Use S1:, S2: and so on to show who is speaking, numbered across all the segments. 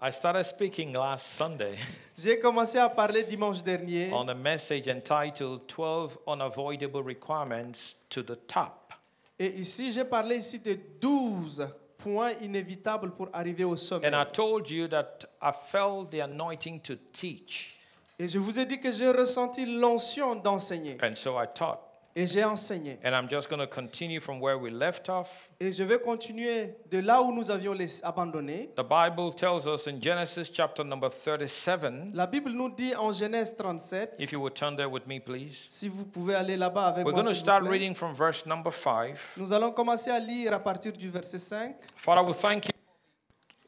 S1: I started speaking last Sunday
S2: J'ai commencé à parler dimanche dernier
S1: on a message entitled 12 Unavoidable Requirements to the Top.
S2: et ici j'ai parlé ici de 12 points inévitables pour arriver au sommet.
S1: And I told you that I felt the anointing to teach.
S2: Et je vous ai dit que j'ai ressenti l'onction d'enseigner
S1: And so I taught.
S2: et j'ai enseigné.
S1: And I'm just going to continue from where we left off.
S2: Et je vais continuer de là où nous avions les abandonnés.
S1: The Bible tells us in Genesis chapter number 37,
S2: La Bible nous dit en Genèse 37,
S1: if you would turn there with me, please.
S2: si vous pouvez aller là-bas avec
S1: We're
S2: moi,
S1: going to
S2: s'il vous
S1: start
S2: plaît.
S1: reading from verse number 5.
S2: nous allons commencer à lire à partir du verset 5.
S1: Father, we thank you.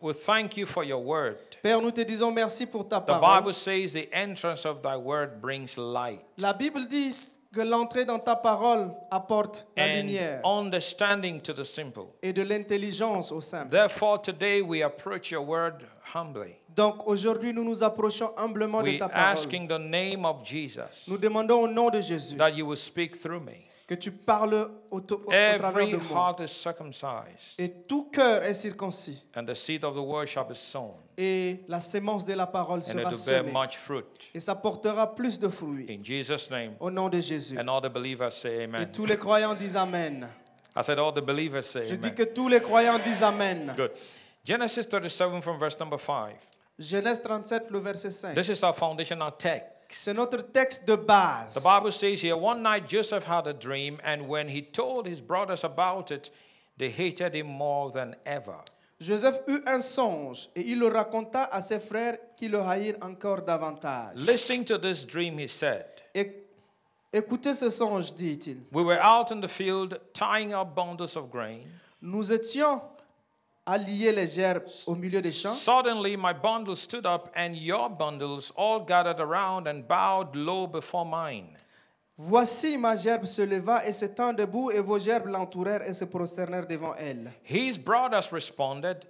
S1: We thank you for your word.
S2: Père, nous te disons merci pour ta
S1: The
S2: parole.
S1: Bible says the entrance of thy word brings light
S2: La Bible dit que l'entrée dans ta parole apporte la
S1: and
S2: lumière
S1: understanding to the simple.
S2: et de l'intelligence au sein.
S1: Therefore, today we approach your word humbly.
S2: Donc aujourd'hui, nous nous approchons humblement de
S1: We
S2: ta parole.
S1: asking the name of Jesus
S2: Nous demandons au nom de Jésus
S1: that you will speak through me.
S2: que tu parles au, to- au- au travers
S1: Every
S2: de moi.
S1: heart is circumcised,
S2: Et tout cœur est circoncis.
S1: and the seed of the word shall be sown,
S2: Et la sémence de la parole
S1: and it
S2: sera
S1: will bear
S2: semée.
S1: much fruit.
S2: Et ça portera plus de fruits.
S1: In Jesus' name,
S2: Au nom de Jésus.
S1: and all the believers say
S2: Oh, Et
S1: amen.
S2: tous les croyants disent Amen.
S1: I said, all the believers say
S2: Je dis
S1: amen.
S2: que tous les croyants disent Amen.
S1: Good. Genesis 37 from verse number 5.
S2: Genèse 37, le verset 5.
S1: This is our foundational text.
S2: C'est notre texte de
S1: The
S2: base.
S1: Bible says here, one night Joseph had a dream, and when he told his brothers about it, they hated him more than ever.
S2: Joseph eut un songe et il le raconta à ses frères qui le haïrent encore davantage.
S1: Listening to this dream, he said,
S2: Éc- Écoutez ce songe, dit-il.
S1: We were out in the field tying up bundles of grain.
S2: Nous étions à lier les gerbes au milieu des champs.
S1: Suddenly, my bundle stood up, and your bundles all gathered around and bowed low before mine.
S2: Voici ma gerbe se leva et se tint debout et vos gerbes l'entourèrent et se prosternèrent devant elle.
S1: His brothers responded,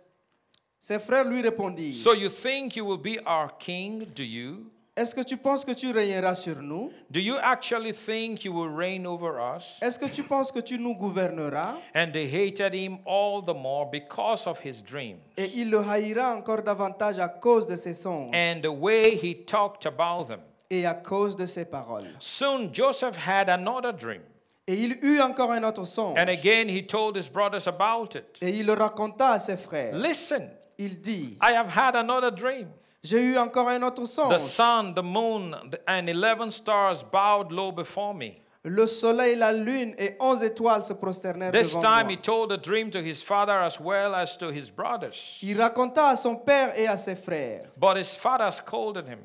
S2: Ses frères lui répondirent,
S1: So you think you will be our king, do you?
S2: Est-ce que tu penses que tu régneras sur nous
S1: Do you actually think you will reign over us?
S2: Est-ce que tu penses que tu nous gouverneras
S1: And they hated him all the more because of his dream
S2: Et il le haïra encore davantage à cause de ses songes
S1: and the way he talked about them.
S2: et à cause de ses paroles.
S1: Soon Joseph had another dream,
S2: Et il eut encore un autre songe.
S1: and again he told his brothers about it.
S2: Et il le raconta à ses frères.
S1: Listen,
S2: Il dit,
S1: I have had another dream.
S2: j'ai eu encore un autre
S1: The
S2: songe.
S1: sun, the moon, the- and 11 stars bowed low before me.
S2: Le soleil, la lune et onze étoiles se prosternèrent
S1: This
S2: devant
S1: time
S2: moi.
S1: he told the dream to his father as well as to his brothers.
S2: Il raconta à son père et à ses frères.
S1: But his father scolded him.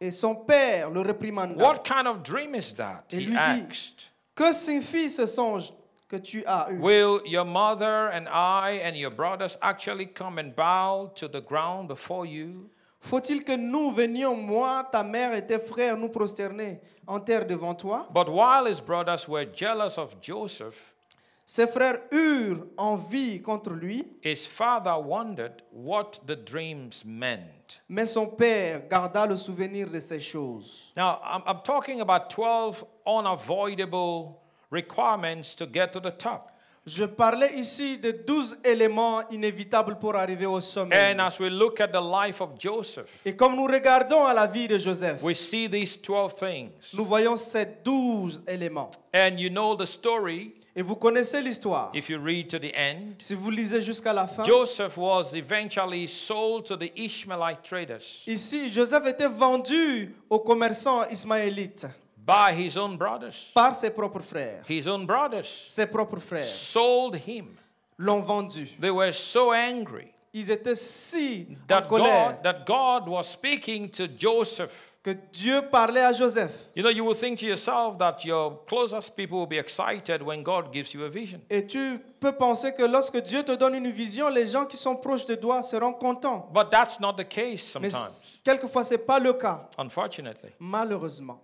S2: Et son père le réprimanda.
S1: What kind of dream is that?
S2: Et
S1: He
S2: lui dit-
S1: asked.
S2: Que signifie ce songe que tu as eu
S1: Will your mother and I and your brothers actually come and bow to the ground before you?
S2: Faut-il que nous venions, moi, ta mère et tes frères, nous prosterner en terre devant toi
S1: But while his brothers were jealous of Joseph,
S2: Ses frères eurent envie contre lui,
S1: his father wondered what the dreams meant.
S2: mais son père garda le souvenir de ces choses.
S1: Now, I'm, I'm talking about 12 unavoidable requirements to get to the top.
S2: Je parlais ici de 12 éléments inévitables pour arriver au sommet.
S1: And as we look at the life of Joseph,
S2: Et comme nous regardons à la vie de Joseph,
S1: we see these 12 things.
S2: nous voyons ces 12 éléments.
S1: And you know the story
S2: Et vous connaissez l'histoire.
S1: if you read to the end.
S2: Si vous lisez jusqu'à la fin,
S1: Joseph was eventually sold to the Ishmaelite traders
S2: ici, Joseph était vendu aux commerçants ismaélites
S1: by his own brothers.
S2: par ses propres frères.
S1: His own brothers
S2: Ses propres frères
S1: sold him.
S2: l'ont vendu.
S1: They were so angry
S2: Ils étaient si en
S1: that
S2: colère
S1: God, that God was speaking to Joseph.
S2: que Dieu parlait à Joseph.
S1: You know, you will think to yourself that your closest people will be excited when God gives you a vision.
S2: Et tu peux penser que lorsque Dieu te donne une vision, les gens qui sont proches de toi seront contents.
S1: But that's not the case
S2: Mais
S1: sometimes,
S2: c- quelquefois, ce n'est pas le cas,
S1: unfortunately.
S2: malheureusement.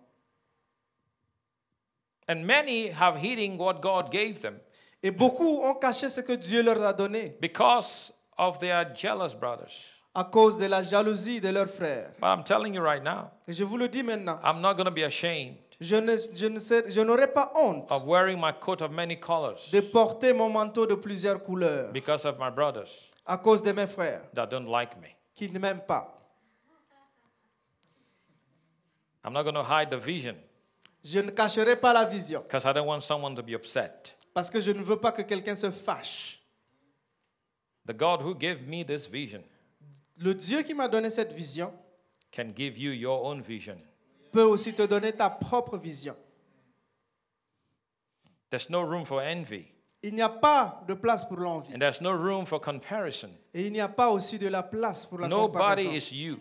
S1: And many have hidden what God gave them
S2: Et beaucoup ont caché ce que Dieu leur a donné
S1: because of their jealous brothers.
S2: à cause de la jalousie de leurs frères.
S1: But I'm telling you right now,
S2: Et je vous le dis maintenant,
S1: I'm not going to be ashamed.
S2: je ne- je ne serai- je n'aurai pas honte
S1: of wearing my coat of many colors
S2: de porter mon manteau de plusieurs couleurs
S1: because of my brothers
S2: à cause de mes frères
S1: that don't like me.
S2: qui ne m'aiment pas.
S1: I'm not going to hide the vision
S2: Je ne cacherai pas la vision
S1: because I don't want someone to be upset.
S2: parce que je ne veux pas que quelqu'un se fâche.
S1: The God who gave me this vision
S2: Le Dieu qui m'a donné cette vision
S1: can give you your own vision.
S2: peut aussi te donner ta propre vision.
S1: There's no room for envy,
S2: Il n'y a pas de place pour l'envie
S1: and there's no room for comparison.
S2: et il n'y a pas aussi de la place pour la comparaison.
S1: Nobody is you.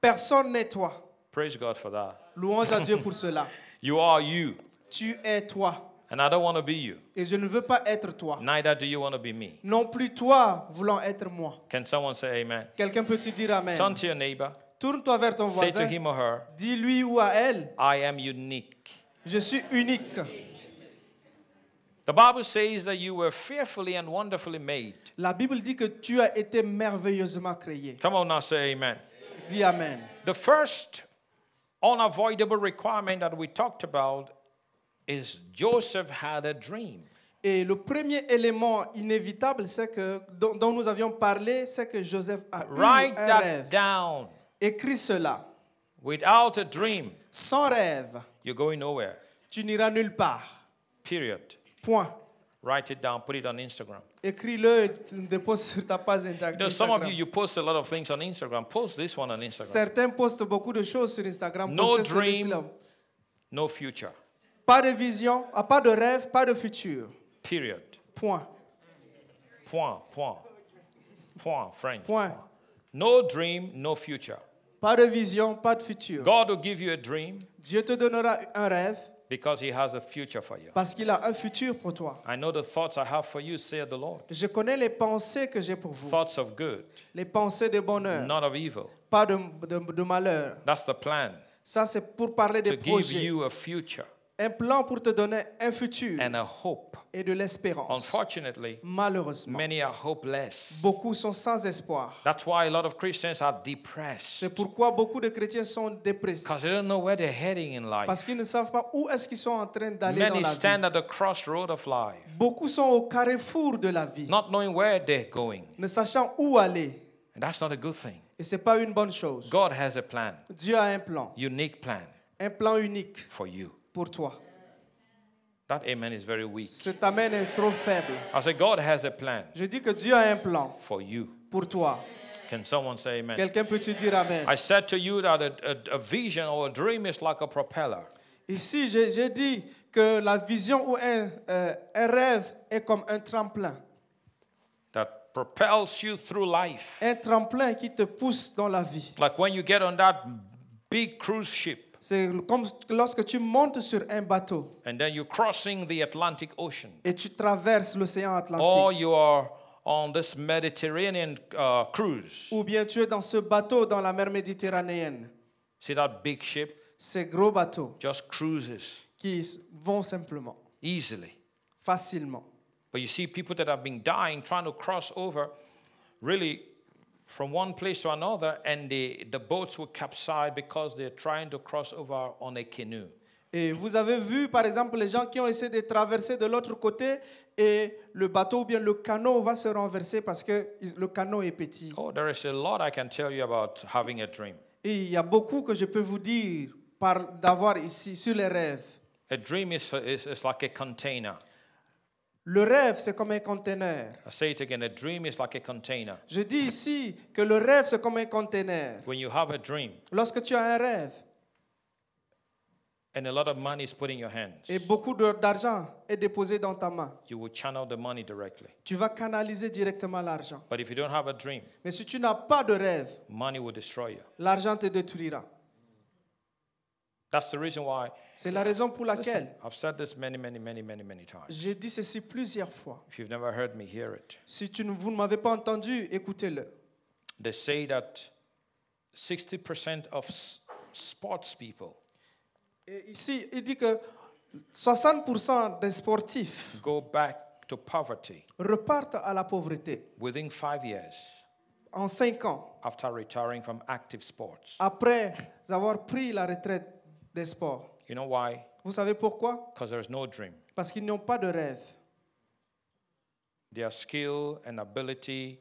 S2: Personne n'est toi.
S1: Praise God for that.
S2: Louange à Dieu pour cela.
S1: You are you,
S2: Tu es toi
S1: and I don't want to be you.
S2: et je ne veux pas être toi.
S1: Neither do you want to be me.
S2: Non plus toi voulant être moi.
S1: Can someone say amen?
S2: Quelqu'un peut-tu dire Amen
S1: Turn to your neighbor,
S2: Tourne-toi vers ton
S1: say to
S2: voisin.
S1: him or her,
S2: Dis-lui ou à elle,
S1: I am unique.
S2: je suis unique.
S1: The Bible says that you were fearfully and wonderfully made.
S2: La Bible dit que tu as été merveilleusement créé.
S1: Come on now, say amen.
S2: Dis Amen.
S1: The first unavoidable requirement that we talked about is Joseph had a dream.
S2: Et le premier élément inévitable c'est que, dont, dont nous avions parlé, c'est que Joseph a eu
S1: Write
S2: un
S1: that
S2: rêve.
S1: down.
S2: Écris cela.
S1: Without a dream,
S2: Sans rêve,
S1: you're going nowhere.
S2: tu n'iras nulle part.
S1: Period.
S2: Point.
S1: Write it down, put it on Instagram.
S2: Écris-le et tu le déposes sur ta page Insta-
S1: You know, some of you,
S2: Instagram.
S1: you post a lot of things on Instagram. Post this one on Instagram.
S2: Certains postent beaucoup de choses sur Instagram.
S1: No
S2: Postez celui-ci
S1: dream.
S2: là.
S1: No future.
S2: Pas de vision, ah, pas de rêve, pas de futur.
S1: Period.
S2: Point.
S1: Point, point, point, French.
S2: Point.
S1: No dream, no future.
S2: Pas de vision, pas de futur.
S1: God will give you a dream
S2: Dieu te donnera un rêve
S1: because He has a future for you.
S2: parce qu'il a un futur pour toi.
S1: I know the thoughts I have for you, saith the Lord.
S2: Je connais les pensées que j'ai pour vous,
S1: Thoughts of good,
S2: les pensées de bonheur,
S1: not of evil.
S2: pas de, de- de malheur.
S1: That's the plan
S2: Ça, c'est pour parler
S1: to
S2: des
S1: give
S2: projets.
S1: you a future
S2: Un plan pour te donner un futur
S1: and a hope.
S2: et de l'espérance.
S1: Unfortunately,
S2: Malheureusement,
S1: many are hopeless.
S2: beaucoup sont sans espoir.
S1: That's why a lot of Christians are depressed
S2: C'est pourquoi beaucoup de chrétiens sont dépressifs
S1: because they don't know where they're heading in life.
S2: parce qu'ils ne savent pas où est-ce qu'ils sont en train d'aller dans
S1: Many
S2: la vie.
S1: stand at the crossroad of life,
S2: Beaucoup sont au carrefour de la vie,
S1: not knowing where they're going.
S2: ne sachant où aller.
S1: And that's not a good thing.
S2: Et c'est pas une bonne chose.
S1: God has a plan,
S2: Dieu a un plan,
S1: unique plan
S2: un plan unique
S1: for you.
S2: pour toi.
S1: That amen is very weak.
S2: Cet amen est trop faible.
S1: I say, God has a plan
S2: Je dis que Dieu a un plan
S1: for you.
S2: pour toi.
S1: Can someone say amen?
S2: Quelqu'un peut te dire amen.
S1: I said to you that a, a, a vision or a dream is like a propeller.
S2: Ici, j'ai j'ai dit que la vision ou un, euh, un rêve est comme un tremplin,
S1: that propels you through life.
S2: un tremplin qui te pousse dans la vie.
S1: Like when you get on that big cruise ship
S2: C'est comme lorsque tu montes sur un bateau
S1: and then you're crossing the Atlantic Ocean,
S2: et tu traverses l'océan
S1: or
S2: Atlantique,
S1: you are on this Mediterranean uh, cruise.
S2: ou bien tu es dans ce bateau dans la mer Méditerranéenne.
S1: See that big ship
S2: Ces gros bateaux
S1: just cruises
S2: qui s- vont simplement,
S1: easily.
S2: facilement.
S1: But you see people that have been dying trying to cross over really from one place to another and the, the boats will capsize because they're trying to cross over on a canoe.
S2: Et vous avez vu, par exemple, les gens qui ont essayé de traverser de l'autre côté et le bateau ou bien le canot va se renverser parce que il- le canot est petit.
S1: Oh, there is a lot I can tell you about having a dream.
S2: Et il y a beaucoup que je peux vous dire par d'avoir ici sur les rêves.
S1: A dream is, is, is like a container.
S2: Le rêve, c'est comme un conteneur.
S1: I say it again a dream is like a container.
S2: Je dis ici que le rêve, c'est comme un conteneur.
S1: When you have a dream
S2: Lorsque tu as un rêve
S1: and a lot of money is put in your hands,
S2: et beaucoup de- d'argent est déposé dans ta main,
S1: you will channel the money directly.
S2: tu vas canaliser directement l'argent.
S1: But if you don't have a dream,
S2: Mais si tu n'as pas de rêve,
S1: money will destroy you.
S2: l'argent te détruira.
S1: That's the reason why
S2: C'est la raison pour
S1: listen,
S2: laquelle
S1: I've said this many, many, many, many, many times.
S2: j'ai dit ceci plusieurs fois.
S1: If you've never heard me hear it,
S2: Si tu ne, vous ne m'avez pas entendu, écoutez-le.
S1: they say that 60% of s- sports people
S2: Et Ici, il dit que 60% des sportifs
S1: go back to poverty
S2: repartent à la pauvreté
S1: within five years
S2: en 5 ans
S1: after retiring from active sports.
S2: après avoir pris la retraite des sports.
S1: You know why?
S2: Vous savez pourquoi
S1: Because there is no dream.
S2: Parce qu'ils n'ont pas de rêve.
S1: their skill and ability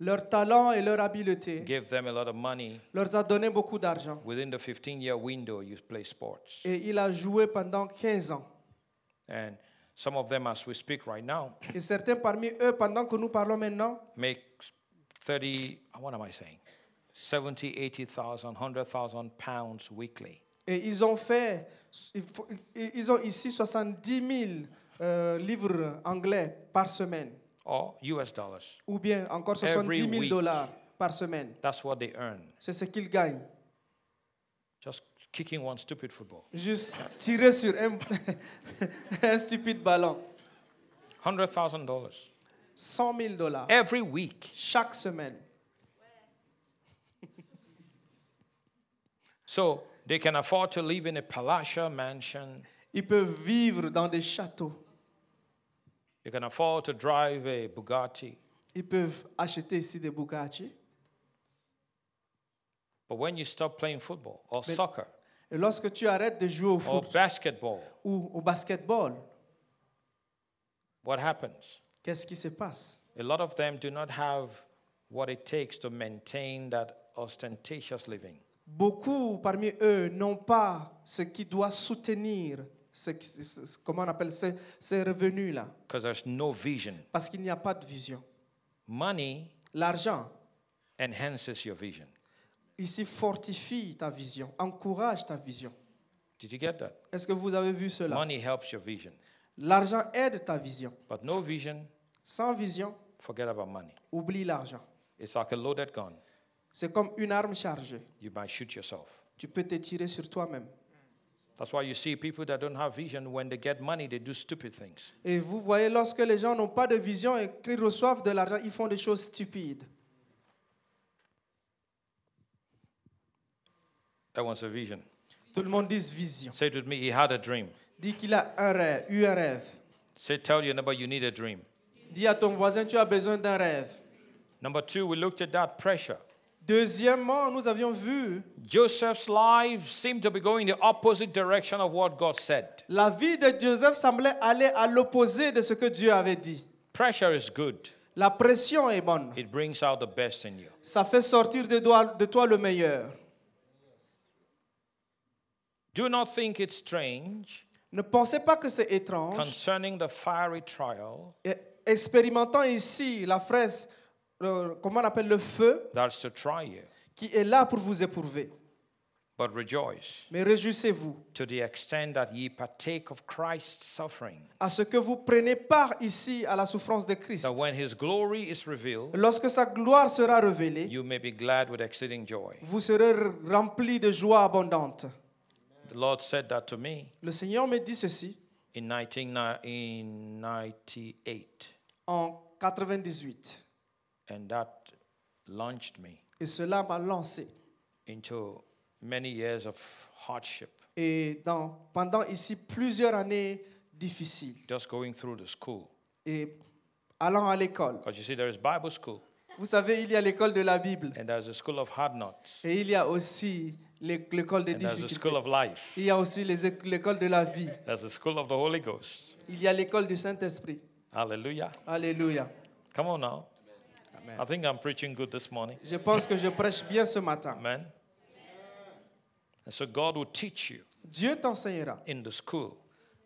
S2: leur talent et leur habileté.
S1: Gave them a lot of money.
S2: Leur a donné beaucoup d'argent.
S1: Within the 15 year window, you play sports.
S2: Et il a joué pendant 15 ans.
S1: And some of them, as we speak right now,
S2: Et certains parmi eux, pendant que nous parlons maintenant,
S1: make 30, what am I saying? 70, 80,000, 100,000 pounds weekly.
S2: et ils ont fait, il faut- ils ont ici 70 000 euh, livres anglais par semaine,
S1: or US dollars.
S2: ou bien encore
S1: Every
S2: 70 000
S1: week.
S2: dollars par semaine.
S1: That's what they earn.
S2: C'est ce qu'ils gagnent.
S1: Just kicking one stupid football.
S2: Juste tirer sur un, un stupide ballon.
S1: $100,000
S2: 100 000 dollars
S1: every week.
S2: chaque semaine.
S1: So they can afford to live in a palatial mansion.
S2: Ils peuvent vivre dans des châteaux.
S1: They can afford to drive a Bugatti.
S2: Ils peuvent acheter ici des Bugatti.
S1: But when you stop playing football or soccer
S2: Et lorsque tu arrêtes de jouer au
S1: or
S2: foot
S1: basketball,
S2: ou au basketball,
S1: what happens?
S2: qu'est-ce qui se passe
S1: A lot of them do not have what it takes to maintain that ostentatious living.
S2: Beaucoup parmi eux n'ont pas ce qui doit soutenir, ce, ce- ce- comment on appelle ces, ces revenus-là,
S1: because there's no vision.
S2: parce qu'il n'y a pas de vision.
S1: Money
S2: L'argent,
S1: enhances your vision.
S2: ici, fortifie ta vision, encourage ta vision.
S1: Did you get that?
S2: Est-ce que vous avez vu cela
S1: Money helps your vision.
S2: L'argent aide ta vision.
S1: But no vision,
S2: Sans vision,
S1: forget about money.
S2: oublie l'argent.
S1: It's like a loaded gun.
S2: C'est comme une arme chargée.
S1: You might shoot yourself.
S2: Tu peux te tirer sur toi-même.
S1: That's why you see people that don't have vision, when they get money, they do stupid things.
S2: Et vous voyez, lorsque les gens n'ont pas de vision et qu'ils reçoivent de l'argent, ils font des choses stupides.
S1: That one's a vision.
S2: Tout le monde dit vision.
S1: Say it with me, he had a dream.
S2: Dis qu'il a un rêve, eu un rêve.
S1: Say, tell your neighbor you need a dream.
S2: Dis à ton voisin, tu as besoin d'un rêve.
S1: Number two, we looked at that pressure.
S2: Deuxièmement, nous avions vu
S1: Joseph's life seemed to be going the opposite direction of what God said.
S2: la vie de Joseph semblait aller à l'opposé de ce que Dieu avait dit.
S1: Pressure is good,
S2: La pression est bonne.
S1: it brings out the best in you.
S2: Ça fait sortir de toi, de toi le meilleur.
S1: Do not think it strange
S2: Ne pensez pas que c'est étrange.
S1: concerning the fiery trial
S2: Et expérimentant ici la fraise, le- comment on appelle le feu,
S1: that's to try you,
S2: qui est là pour vous éprouver.
S1: but rejoice
S2: Mais réjouissez-vous
S1: to the extent that ye partake of Christ's suffering,
S2: à ce que vous prenez part ici à la souffrance de Christ.
S1: that when his glory is revealed,
S2: Lorsque sa gloire sera révélée,
S1: you may be glad with exceeding joy.
S2: vous serez r- remplis de joie abondante.
S1: The Lord said that to me
S2: Le Seigneur me dit ceci
S1: in 1998,
S2: en 98,
S1: and that launched me
S2: et cela m'a lancé.
S1: into many years of hardship,
S2: Et dans, pendant ici plusieurs années difficiles,
S1: just going through the school.
S2: et allant à l'école.
S1: Because you see, there is Bible school,
S2: Vous savez, il y a l'école de la Bible,
S1: and there's a school of hard knocks,
S2: et il y a aussi l'é- l'école des
S1: and there's a
S2: difficultés.
S1: school of life.
S2: Il y a aussi les éc- l'école de la vie.
S1: There's a school of the Holy Ghost.
S2: Il y a l'école du Saint-Esprit.
S1: Hallelujah.
S2: Alléluia.
S1: Come on now.
S2: Amen.
S1: I think I'm preaching good this morning.
S2: Je pense que je prêche bien ce matin.
S1: Amen. And so God will teach you
S2: Dieu t'enseignera
S1: in the school.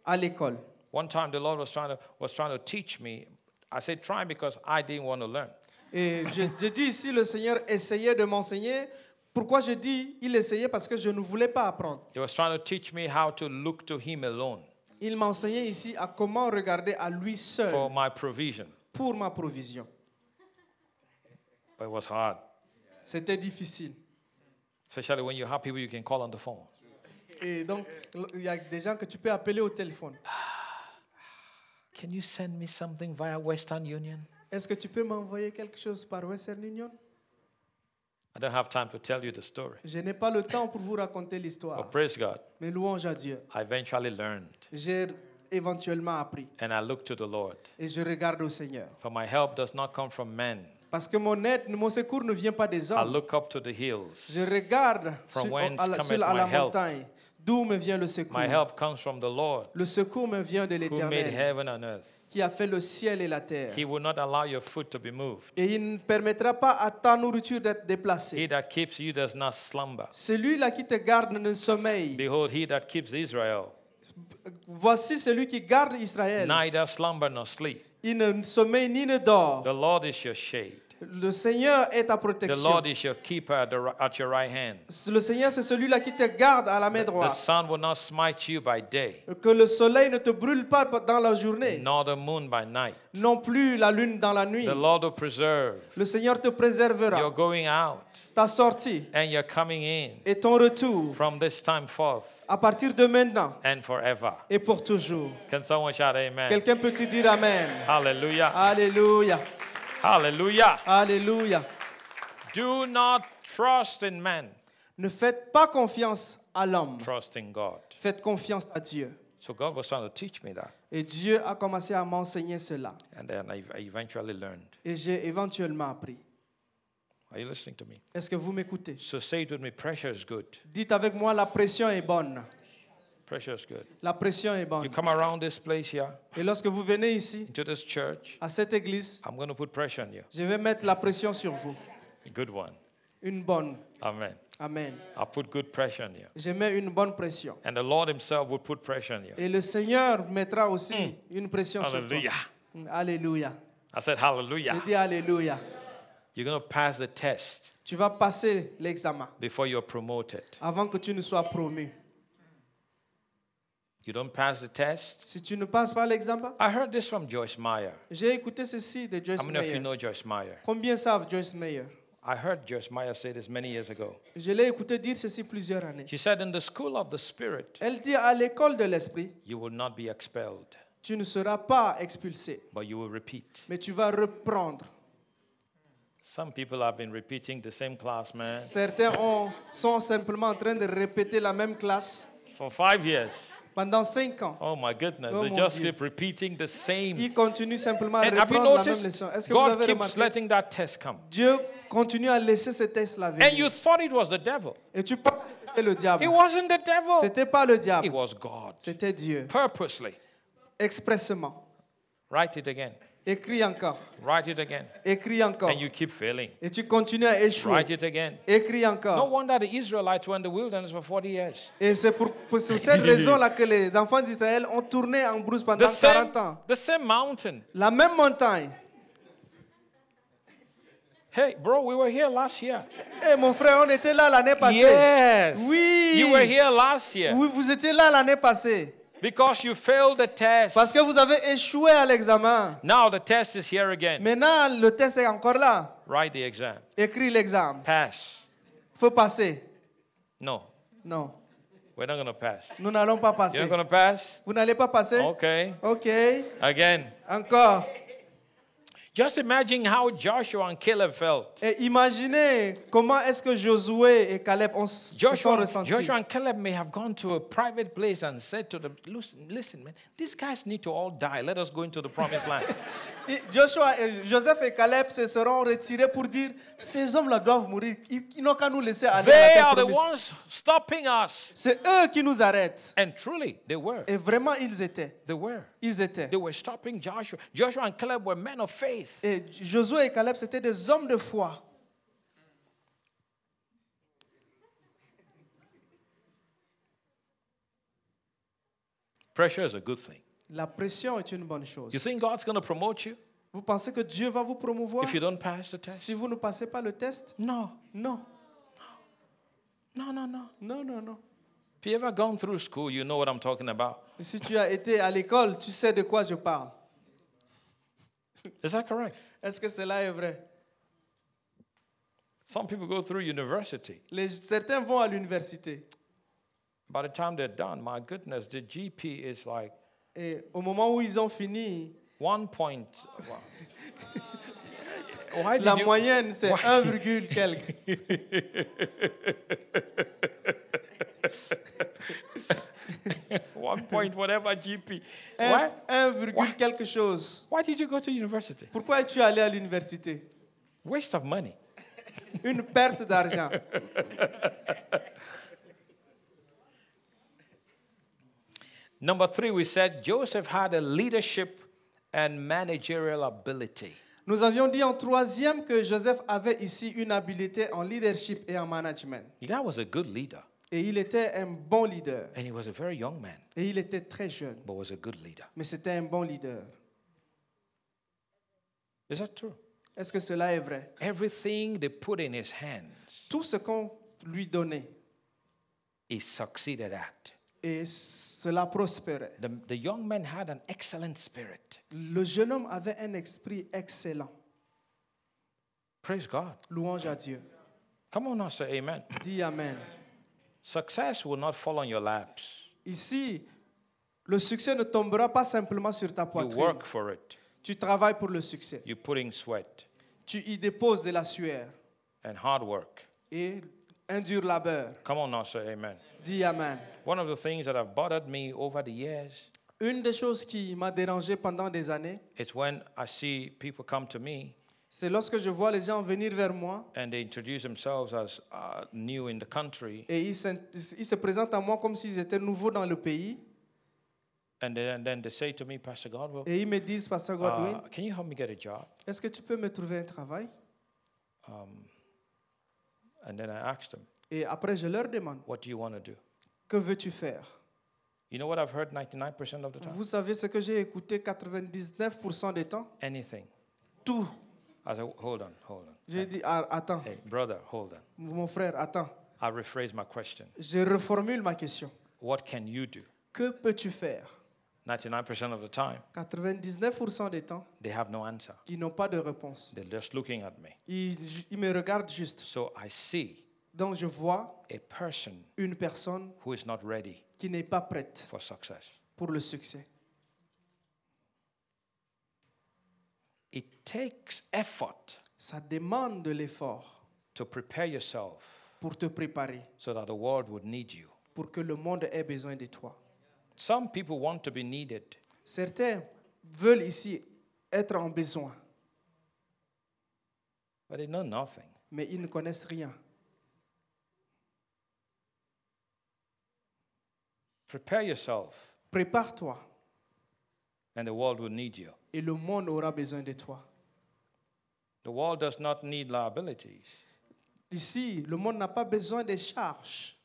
S2: à l'école.
S1: One time the Lord was trying to was trying to teach me. I said try because I didn't want to learn.
S2: Et je, je dis ici, le Seigneur essayait de m'enseigner. Pourquoi je dis il essayait Parce que je ne voulais pas apprendre.
S1: He was trying to teach me how to look to him alone
S2: Il m'enseignait ici à comment regarder à lui seul
S1: for my provision.
S2: pour ma provision.
S1: But it was hard.
S2: C'était difficile.
S1: Especially when you have people you can call on the phone.
S2: Et donc, il y a des gens que tu peux appeler au téléphone.
S1: Can you send me something via Western Union?
S2: Est-ce que tu peux m'envoyer quelque chose par Western Union
S1: I don't have time to tell you the story.
S2: Je n'ai pas le temps pour vous raconter
S1: But
S2: l'histoire.
S1: praise God.
S2: Mais louange à Dieu.
S1: I eventually learned
S2: J'ai éventuellement appris.
S1: and I looked to the Lord.
S2: Et je regarde au Seigneur.
S1: For my help does not come from men.
S2: Parce que mon aide, mon secours ne vient pas des
S1: I
S2: hommes.
S1: look up to the hills.
S2: Je regarde
S1: From
S2: sur,
S1: whence
S2: à la,
S1: cometh
S2: sur- à la
S1: my help?
S2: montagne. D'où me vient le secours
S1: My help comes from the Lord
S2: Le secours me vient de
S1: who made
S2: l'Éternel
S1: heaven and earth.
S2: qui a fait le ciel et la terre.
S1: He will not allow your foot to be moved.
S2: Et il ne permettra pas à ta nourriture d'être déplacée.
S1: He that keeps you does not slumber.
S2: Celui-là qui te garde ne sommeille.
S1: Behold, he that keeps Israel
S2: Voici celui qui garde Israël.
S1: neither slumber nor sleep.
S2: Il ne sommeille ni ne dort.
S1: The Lord is your shade.
S2: Le Seigneur est ta
S1: The
S2: protection.
S1: Lord is your keeper at, the, ri- at your right hand.
S2: Le Seigneur, c'est celui-là qui te garde à la main
S1: The
S2: droite.
S1: sun will not smite you by day,
S2: Que le soleil ne te brûle pas dans la journée,
S1: nor the moon by night.
S2: non plus la lune dans la nuit.
S1: Mm. The Lord will preserve
S2: Le Seigneur te
S1: your
S2: préservera
S1: going out
S2: ta sortie
S1: and your coming in
S2: et ton retour
S1: from this time forth
S2: à partir de maintenant
S1: and forever.
S2: et pour toujours.
S1: Can someone shout amen?
S2: Quelqu'un peut-il dire Amen? Ah.
S1: Hallelujah.
S2: Alléluia,
S1: Hallelujah.
S2: Alléluia.
S1: Do not trust in man,
S2: Ne faites pas confiance à l'homme,
S1: trust in God.
S2: faites confiance à Dieu.
S1: So God was trying to teach me that.
S2: Et Dieu a commencé à m'enseigner cela.
S1: And then I I eventually learned.
S2: Et j'ai éventuellement appris.
S1: Are you listening to me?
S2: Est-ce que vous m'écoutez?
S1: So say it with me pressure is good.
S2: Dites avec moi, la pression est bonne.
S1: Pressure is good.
S2: La pression est
S1: You
S2: bonne.
S1: come around this place here,
S2: Et lorsque vous venez ici,
S1: into this church,
S2: à cette église,
S1: I'm going to put pressure on you.
S2: je vais mettre la pression sur vous.
S1: Good one.
S2: Une bonne.
S1: Amen.
S2: Amen.
S1: I'll put good pressure on you.
S2: Je mets une bonne pression.
S1: And the Lord Himself will put pressure on you.
S2: Et le Seigneur mettra aussi
S1: Hmm.
S2: une pression
S1: Hallelujah.
S2: sur toi. Alléluia.
S1: I said, Hallelujah.
S2: Je dis Alléluia.
S1: You're going to pass the test
S2: Tu vas passer l'examen
S1: before you're promoted.
S2: avant que tu ne sois promu.
S1: You don't pass the test.
S2: Si tu ne passes pas l'examen,
S1: I heard this from Joyce Meyer.
S2: j'ai écouté ceci de Joyce
S1: How many of
S2: Meyer.
S1: you know Joyce Meyer?
S2: Combien savent Joyce Meyer
S1: I heard Joyce Meyer say this many years ago.
S2: Je l'ai écouté dire ceci plusieurs années.
S1: She said, In the school of the Spirit,
S2: Elle dit à l'école de l'esprit,
S1: you will not be expelled,
S2: tu ne seras pas expulsé,
S1: but you will repeat.
S2: mais tu vas reprendre.
S1: Some people have been repeating the same class, man,
S2: Certains ont- sont simplement en train de répéter la même classe
S1: for five years.
S2: pendant cinq ans.
S1: Oh my goodness,
S2: Oh,
S1: they
S2: mon
S1: just
S2: Dieu.
S1: keep repeating the same.
S2: Ils continuent simplement à
S1: And Eh, have you
S2: reprendre la même
S1: noticed?
S2: leçon. Est-ce que vous
S1: God
S2: avez
S1: keeps
S2: remarqué
S1: letting that test come.
S2: Dieu continue à laisser ce test-là venir.
S1: And you thought it was the devil.
S2: Et tu penses que c'était le diable.
S1: It wasn't the devil,
S2: C'était pas le
S1: it
S2: diable,
S1: was God.
S2: c'était Dieu.
S1: Purposely.
S2: Expressement.
S1: Write it again.
S2: Écris encore.
S1: Write it again.
S2: Écris encore.
S1: And you keep failing.
S2: Et tu continues à échouer.
S1: Write it again.
S2: Écris
S1: No
S2: encore.
S1: wonder the Israelites were in the wilderness for 40 years.
S2: Et c'est pour, pour sur cette raison-là que les enfants d'Israël ont tourné en brousse pendant
S1: The same,
S2: 40 ans.
S1: the same mountain.
S2: La même montagne.
S1: Hey, bro, we were here last year.
S2: Eh mon frère, on était là l'année passée.
S1: Yes.
S2: Oui.
S1: You were here last year
S2: Oui, vous étiez là l'année passée.
S1: because you failed the test.
S2: Parce que vous avez échoué à l'examen.
S1: Now the test is here again.
S2: Maintenant, le test est encore là.
S1: Write the exam.
S2: Écris l'examen.
S1: Pass.
S2: Faut passer.
S1: No,
S2: Non,
S1: we're not going to pass.
S2: nous n'allons pas
S1: You're
S2: passer.
S1: not going to pass?
S2: Vous n'allez pas passer
S1: Okay.
S2: Ok.
S1: Again.
S2: Encore.
S1: Just imagine how Joshua and Caleb felt.
S2: Et imaginez comment est-ce que Josué et Caleb ont s- se sont
S1: Joshua,
S2: ressentis.
S1: Joshua and Caleb may have gone to a private place and said to them, listen, listen, man, these guys need to all die. Let us go into the promised land.
S2: Et Joshua et Joseph et Caleb se seront retirés pour dire ces hommes-là doivent mourir. Ils, ils n'ont qu'à nous laisser aller. à la
S1: they
S2: terre
S1: are the
S2: promise.
S1: ones stopping us.
S2: C'est eux qui nous arrêtent.
S1: And truly, they were.
S2: Et vraiment, ils étaient.
S1: They were.
S2: Ils étaient.
S1: They were stopping Joshua. Joshua and Caleb were men of faith.
S2: Et Josué et Caleb, c'était des hommes de foi.
S1: Pressure is a good thing.
S2: La pression est une bonne chose.
S1: You think God's going to promote you
S2: Vous pensez que Dieu va vous promouvoir
S1: if you don't pass the test?
S2: si vous ne passez pas le test
S1: No,
S2: Non,
S1: no, no, no.
S2: non, non, non.
S1: If you ever gone through school, you know what I'm talking about.
S2: Et Si tu as été à l'école, tu sais de quoi je parle.
S1: Is that correct?
S2: Est-ce que cela est vrai
S1: Some people go through university.
S2: Les- Certains vont à l'université
S1: By the time they're done, my goodness, the GP is like
S2: et au moment où ils ont fini,
S1: one point. Wow. Why
S2: la
S1: did you?
S2: moyenne c'est 1, virgule quelque.
S1: One point whatever GP. Why?
S2: 1, 1 virgule quelque chose.
S1: Why did you go to university?
S2: Pourquoi es-tu allé à l'université
S1: Waste of money.
S2: Une perte d'argent.
S1: Number three, we said Joseph had a leadership and managerial ability.
S2: Nous avions dit en troisième que Joseph avait ici une habileté en leadership et en management.
S1: The guy was a good leader,
S2: Et il était un bon leader.
S1: and he was a very young man,
S2: Et il était très jeune.
S1: but was a good leader.
S2: Mais c'était un bon leader.
S1: Is that true?
S2: Est-ce que cela est vrai?
S1: Everything they put in his hands,
S2: Tout ce qu'on lui donnait,
S1: he succeeded at.
S2: et cela prospérait.
S1: The, the young man had an excellent spirit.
S2: Le jeune homme avait un esprit excellent.
S1: Praise God.
S2: Louange à Dieu.
S1: Come on now, say amen.
S2: Dis Amen.
S1: Success will not fall on your laps.
S2: Ici, le succès ne tombera pas simplement sur ta
S1: You
S2: poitrine.
S1: work for it.
S2: Tu travailles pour le succès.
S1: You put in sweat
S2: Tu y déposes de la sueur
S1: and hard work.
S2: et un dur labeur.
S1: Come on now, say amen.
S2: Dis Amen.
S1: One of the things that have bothered me over the years
S2: Une des choses qui m'a dérangé pendant des années,
S1: is when I see people come to me
S2: c'est lorsque je vois les gens venir vers moi
S1: and they introduce themselves as uh, new in the country,
S2: et ils s'in- ils se présentent à moi comme s'ils étaient nouveaux dans le pays
S1: and then, and then they say to me, Pastor Godwell,
S2: et ils me disent, Pasteur Godwin,
S1: uh, can you help me get a job?
S2: est-ce que tu peux me trouver un travail
S1: And then I ask them,
S2: Et après, je leur demande,
S1: what do you want to do?
S2: que veux-tu faire
S1: You know what I've heard 99% of the time?
S2: Vous savez ce que j'ai écouté 99% des temps
S1: Anything.
S2: Tout.
S1: I said, hold on, hold on.
S2: J'ai dit, Ah, attends,
S1: Hey, brother, hold on.
S2: mon frère, attends.
S1: I rephrase my question.
S2: Je reformule ma question.
S1: What can you do?
S2: Que peux-tu faire
S1: 99% of the time,
S2: 99% des temps,
S1: they have no answer.
S2: ils n'ont pas de réponse.
S1: They're just looking at me.
S2: Ils, ils me regardent juste.
S1: So I see
S2: Donc, je vois
S1: a person
S2: une personne
S1: who is not ready
S2: qui n'est pas prête
S1: for success.
S2: pour le succès.
S1: It takes effort
S2: Ça demande de l'effort
S1: to prepare yourself
S2: pour te préparer,
S1: so that the world would need you.
S2: pour que le monde ait besoin de toi.
S1: Some people want to be needed,
S2: Certains veulent ici être en besoin,
S1: but they know nothing.
S2: mais ils ne connaissent rien.
S1: Prepare yourself,
S2: Prépare-toi
S1: and the world will need you.
S2: et le monde aura besoin de toi.
S1: The world does not need liabilities,
S2: Ici, le monde n'a pas besoin des charges.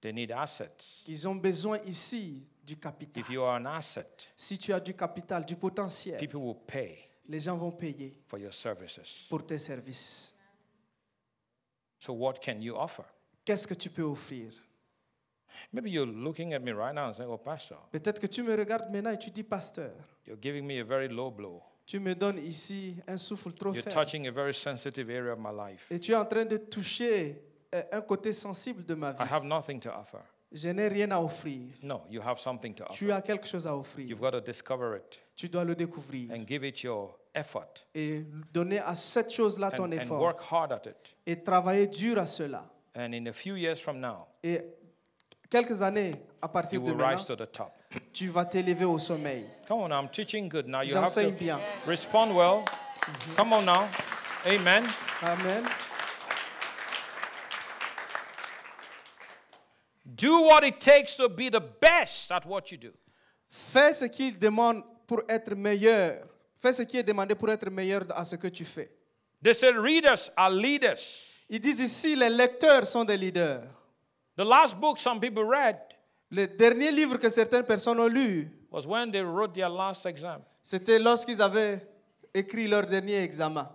S1: they need assets.
S2: Ils ont besoin ici du capital.
S1: If you are an asset,
S2: Si tu as du capital, du potentiel,
S1: people will pay
S2: les gens vont payer
S1: for your services.
S2: pour tes services.
S1: So, what can you offer?
S2: Qu'est-ce que tu peux offrir
S1: Maybe you're looking at me right now and saying, Well, Pastor,
S2: Peut-être que tu me regardes maintenant et tu dis, pasteur,
S1: you're giving me a very low blow.
S2: tu me donnes ici un souffle trop
S1: You're
S2: faible.
S1: touching a very sensitive area of my life.
S2: Et tu es en train de toucher euh, un côté sensible de ma
S1: I have
S2: vie.
S1: nothing to offer.
S2: Je n'ai rien à offrir.
S1: No, you have something to offer.
S2: Tu as quelque chose à offrir.
S1: You've got to discover it
S2: Tu dois le découvrir
S1: and give it your effort
S2: et donner à cette chose-là ton
S1: and, and
S2: effort.
S1: work hard at it.
S2: et travailler dur à cela.
S1: And in a few years from now,
S2: Et quelques années à
S1: you
S2: partir de
S1: will rise
S2: maintenant,
S1: to the top.
S2: tu vas t'élever au sommeil.
S1: Come on, I'm teaching good now. You have
S2: J'enseigne
S1: to
S2: bien.
S1: respond well. Come on now. Amen.
S2: Amen.
S1: Do what it takes to be the best at what you do.
S2: Fais ce qu'il demande pour être meilleur. Fais ce qui est demandé pour être meilleur à ce que tu fais.
S1: They say readers are leaders.
S2: Ils disent ici, les lecteurs sont des leaders.
S1: The last book some people read
S2: Le dernier livre que certaines personnes ont lu,
S1: was when they wrote their last exam
S2: c'était lorsqu'ils avaient écrit leur dernier examen,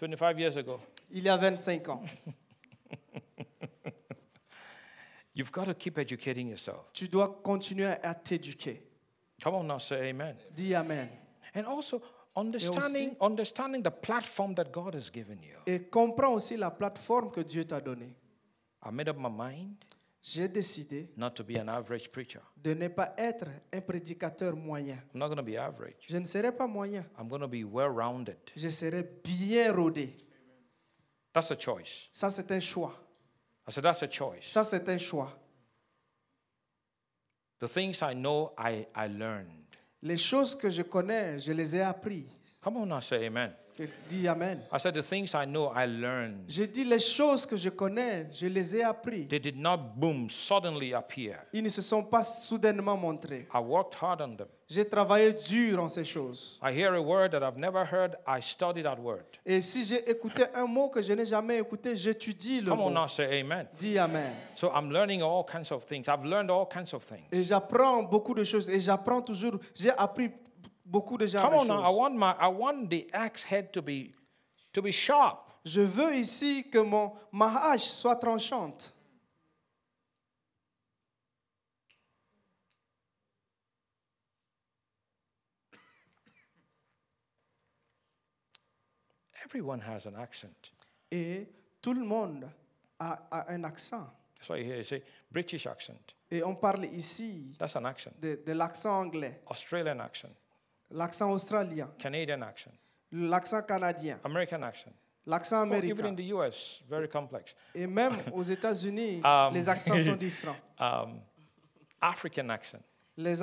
S1: 25 years ago.
S2: il y a 25 ans.
S1: You've got to keep educating yourself.
S2: Tu dois continuer à t'éduquer.
S1: Come on now, say amen.
S2: Dis Amen.
S1: And also understanding understanding the platform that God has given you.
S2: Et comprends aussi la plateforme que Dieu t'a donnée.
S1: I made up my mind
S2: J'ai décidé
S1: not to be an average preacher.
S2: de ne pas être un prédicateur moyen.
S1: I'm not going to be average.
S2: Je ne serai pas moyen,
S1: I'm going to be well-rounded.
S2: je serai bien rodé.
S1: That's a choice.
S2: Ça, c'est un choix.
S1: I said that's a choice.
S2: Ça, c'est un choix.
S1: The things I know I I learned.
S2: Les choses que je connais, je les ai apprises.
S1: Come on now, say amen.
S2: Dis Amen.
S1: I said, The things I know, I learned.
S2: J'ai dit les choses que je connais, je les ai apprises.
S1: They did not boom, suddenly appear.
S2: Ils ne se sont pas soudainement montrés.
S1: I worked hard on them.
S2: J'ai travaillé dur en ces choses.
S1: I hear a word that I've never heard, I study that word.
S2: Et si j'ai écouté un mot que je n'ai jamais écouté, j'étudie le
S1: Come on
S2: mot.
S1: now, say amen.
S2: Dis Amen.
S1: So I'm learning all kinds of things. I've learned all kinds of things.
S2: Et j'apprends beaucoup de choses. Et j'apprends toujours. J'ai appris beaucoup de gens.
S1: Come
S2: de
S1: on now, I
S2: choses.
S1: want my I want the axe head to be to be sharp.
S2: Je veux ici que mon, ma hache soit tranchante.
S1: Everyone has an accent.
S2: Et tout le monde a, a un accent.
S1: That's why you hear you say British accent.
S2: Et on parle ici
S1: That's an accent.
S2: de, de l'accent anglais,
S1: Australian accent.
S2: l'accent australien,
S1: Canadian accent.
S2: l'accent canadien,
S1: American accent.
S2: l'accent
S1: Or even
S2: américain.
S1: in the US, very complex.
S2: Et même aux États-Unis,
S1: Um,
S2: les accents sont différents.
S1: Um, African accent.
S2: Les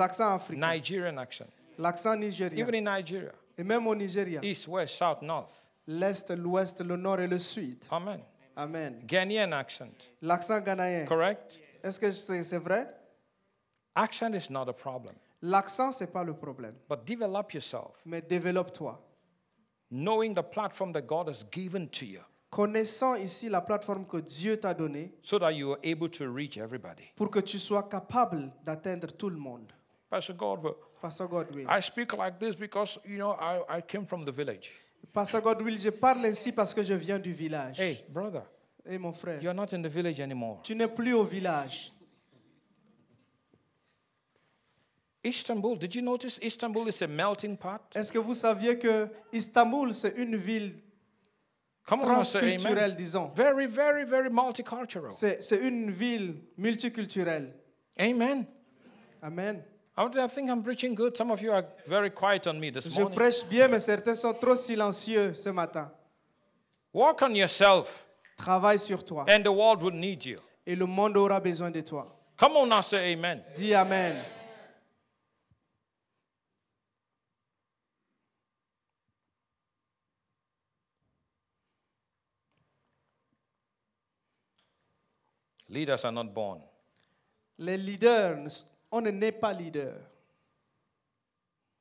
S2: accents africains,
S1: Nigerian accent.
S2: l'accent nigérien,
S1: Even in Nigeria.
S2: et même au Nigeria,
S1: East, west, south, north.
S2: l'est, l'ouest, le nord et le sud.
S1: Amen.
S2: Amen.
S1: Ghanaian accent.
S2: L'accent ghanéen,
S1: Correct?
S2: est-ce que c'est c'est vrai?
S1: Accent is not a problem.
S2: L'accent, c'est pas le problème,
S1: But develop yourself,
S2: mais développe-toi.
S1: knowing the platform that God has given to you,
S2: Connaissant ici la plateforme que Dieu t'a donnée,
S1: so that you are able to reach everybody.
S2: pour que tu sois capable d'atteindre tout le monde.
S1: Pastor Godwin,
S2: Pasteur Godwill.
S1: I speak like this because, you know, I, I came from the village.
S2: Pasteur Godwill, je parle ainsi parce que je viens du village.
S1: Hey, brother,
S2: Et mon frère,
S1: you're not in the village anymore.
S2: tu n'es plus au village.
S1: Istanbul, did you notice Istanbul is a melting pot?
S2: Est-ce que vous saviez que Istanbul, c'est une ville
S1: Come on, now, say amen.
S2: transculturelle, disons.
S1: Very, very, very multicultural.
S2: C'est c'est une ville multiculturelle.
S1: Amen.
S2: Amen.
S1: How did I think I'm preaching good? Some of you are very quiet on me this
S2: Je
S1: morning.
S2: prêche bien, mais certains sont trop silencieux ce matin.
S1: Work on yourself,
S2: Travaille sur toi
S1: and the world will need you.
S2: et le monde aura besoin de toi.
S1: Come on now, say amen.
S2: Dis Amen.
S1: Leaders are not born.
S2: Les leaders, on ne naît pas leader.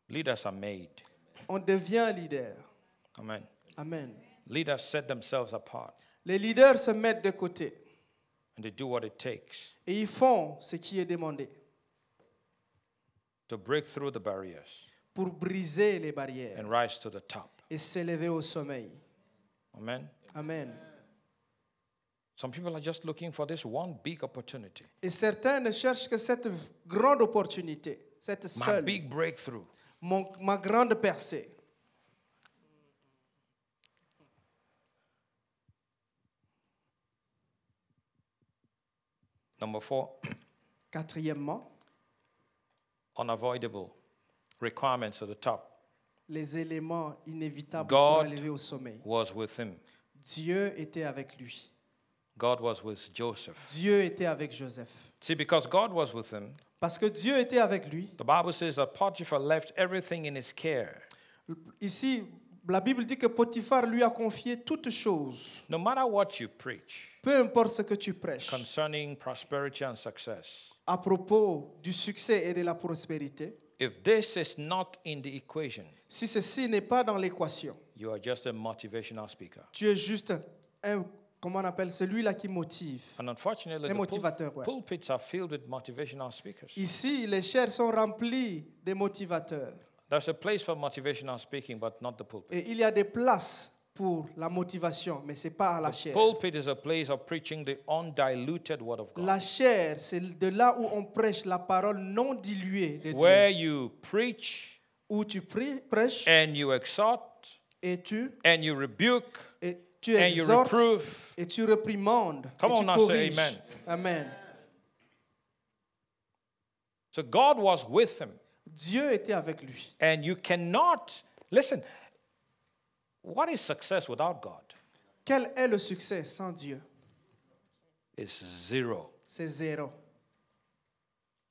S1: Leaders are made.
S2: On devient leader.
S1: Amen.
S2: Amen.
S1: Leaders set themselves apart
S2: Les leaders se mettent de côté
S1: and they do what it takes
S2: et ils font ce qui est demandé
S1: to break through the barriers
S2: pour briser les barrières
S1: and rise to the top.
S2: et s'élever au sommeil.
S1: Amen.
S2: Amen.
S1: Some people are just looking for this one big opportunity,
S2: Et certains ne cherchent que cette grande opportunité, cette
S1: my
S2: seule,
S1: big breakthrough.
S2: mon- ma grande percée.
S1: Number four,
S2: Quatrièmement,
S1: unavoidable requirements at the top
S2: les éléments inévitables pour
S1: God.
S2: arriver au sommeil.
S1: was with him.
S2: Dieu était avec lui.
S1: God was with Joseph.
S2: Dieu était avec Joseph.
S1: See, because God was with him,
S2: Parce que Dieu était avec lui.
S1: the Bible says that Potiphar left everything in his care.
S2: Ici, la Bible dit que Potiphar lui a confié toutes choses,
S1: No matter what you preach,
S2: peu importe ce que tu prêches,
S1: concerning prosperity and success.
S2: à propos du succès et de la prospérité.
S1: If this is not in the equation,
S2: Si ceci n'est pas dans l'équation,
S1: you are just a motivational speaker.
S2: tu es juste un, comment on appelle, celui-là qui motive.
S1: And unfortunately,
S2: Un
S1: the pul-
S2: motivateur, ouais.
S1: pulpits are filled with motivational speakers.
S2: Ici, les chairs sont remplies de motivateurs.
S1: There's a place for motivational speaking, but not the pulpit.
S2: Et il y a des places pour la motivation, mais ce n'est pas à la chair.
S1: Pulpit is a place of preaching the undiluted word of God,
S2: La chair, c'est de là où on prêche la parole non diluée de Dieu.
S1: where you preach
S2: Où tu prie- prêches
S1: and you exhort
S2: et tu,
S1: and you rebuke
S2: et tu
S1: and you
S2: exhortes
S1: reprove.
S2: et tu réprimandes.
S1: Come
S2: et
S1: on
S2: tu
S1: now, say
S2: corriges.
S1: amen.
S2: Amen.
S1: So God was with him.
S2: Dieu était avec lui.
S1: And you cannot, listen, what is success without God?
S2: Quel est le succès sans Dieu
S1: It's zero.
S2: C'est zéro.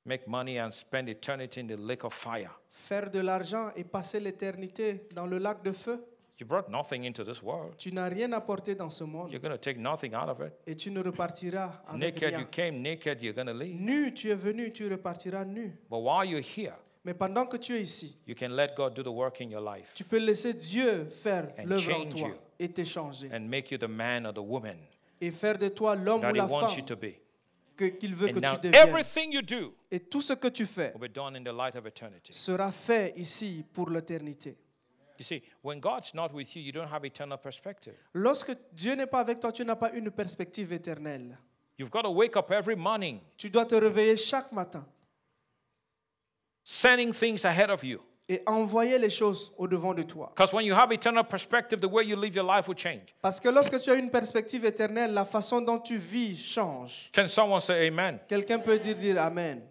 S1: Make money and spend eternity in the lake of fire.
S2: Faire de l'argent et passer l'éternité dans le lac de feu
S1: You brought nothing into this world.
S2: Tu n'as rien apporté dans ce monde
S1: You're going to take nothing out of it.
S2: et tu ne repartiras avec
S1: Naked, you
S2: rien.
S1: came naked, you're going to leave.
S2: Nu, tu es venu, tu repartiras nu.
S1: But while you're here,
S2: Mais pendant que tu es ici,
S1: you can let God do the work in your life
S2: tu peux laisser Dieu faire
S1: And
S2: l'œuvre en
S1: change
S2: toi
S1: you.
S2: et t'échanger
S1: and make you the man or the woman
S2: et faire de toi l'homme ou
S1: that He
S2: la
S1: wants you
S2: femme
S1: to be.
S2: que- qu'il veut que
S1: And now
S2: tu deviennes.
S1: everything you do
S2: Et tout ce que tu fais
S1: will be done in the light of eternity.
S2: sera fait ici pour l'éternité.
S1: You see, when God's not with you, you don't have eternal perspective.
S2: Lorsque Dieu n'est pas avec toi, tu n'as pas une perspective éternelle.
S1: You've got to wake up every morning
S2: Tu dois te réveiller chaque matin
S1: sending things ahead of you.
S2: et envoyer les choses au devant de toi.
S1: Because when you have eternal perspective, the way you live your life will change.
S2: Parce que lorsque tu as une perspective éternelle, la façon dont tu vis change.
S1: Can someone say amen?
S2: Quelqu'un peut dire, dire Amen.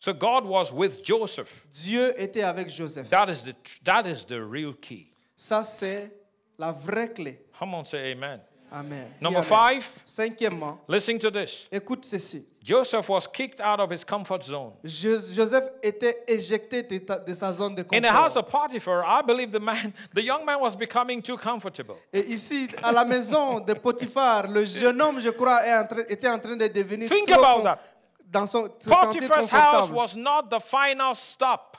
S1: So God was with Joseph.
S2: Dieu était avec Joseph.
S1: That is the, tr- that is the real key.
S2: Ça, c'est la vraie clé.
S1: Come on, say amen.
S2: Amen. Dis
S1: Number
S2: Amen.
S1: five,
S2: Cinquièmement,
S1: listen to this.
S2: écoute ceci.
S1: Joseph was kicked out of his comfort zone.
S2: Jo- Joseph était éjecté de, ta- de sa zone de confort.
S1: In the house of Potiphar, I believe the man, the young man was becoming too comfortable.
S2: Et ici, à la maison de Potiphar, le jeune homme, je crois, est en train- était en train de devenir
S1: Think
S2: trop
S1: about
S2: con-
S1: that.
S2: dans son se sentir
S1: Potiphar's house
S2: confortable.
S1: was not the final stop.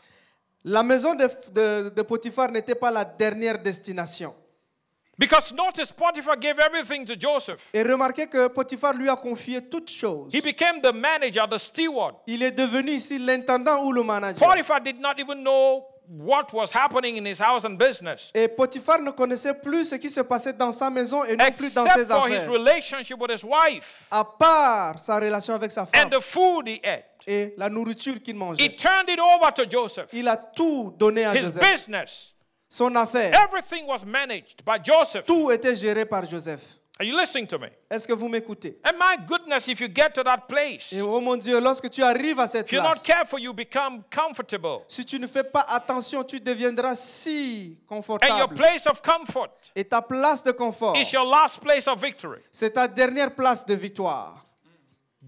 S2: La maison de, de- de Potiphar n'était pas la dernière destination.
S1: Because notice Potiphar gave everything to Joseph.
S2: Et remarquez que Potiphar lui a confié toutes choses.
S1: He became the manager, the steward.
S2: Il est devenu ici l'intendant ou le manager.
S1: Potiphar did not even know what was happening in his house and business.
S2: Et Potiphar ne connaissait plus ce qui se passait dans sa maison et non plus dans
S1: Except
S2: ses
S1: for his
S2: affaires.
S1: relationship with his wife
S2: À part sa relation avec sa femme
S1: and the food he ate.
S2: et la nourriture qu'il
S1: He
S2: mangeait.
S1: turned it over to Joseph.
S2: Il a tout donné à
S1: His
S2: Ah, Joseph.
S1: business,
S2: Son affaire,
S1: everything was managed by Joseph.
S2: tout était géré par Joseph.
S1: Are you listening to me?
S2: Est-ce que vous m'écoutez
S1: And my goodness, if you get to that place,
S2: Et oh mon Dieu, lorsque tu arrives à cette
S1: if you're not
S2: place,
S1: careful, you become comfortable.
S2: si tu ne fais pas attention, tu deviendras si
S1: And your
S2: confortable.
S1: place of comfort
S2: Et ta place de confort,
S1: is your last place of victory.
S2: c'est ta dernière place de victoire.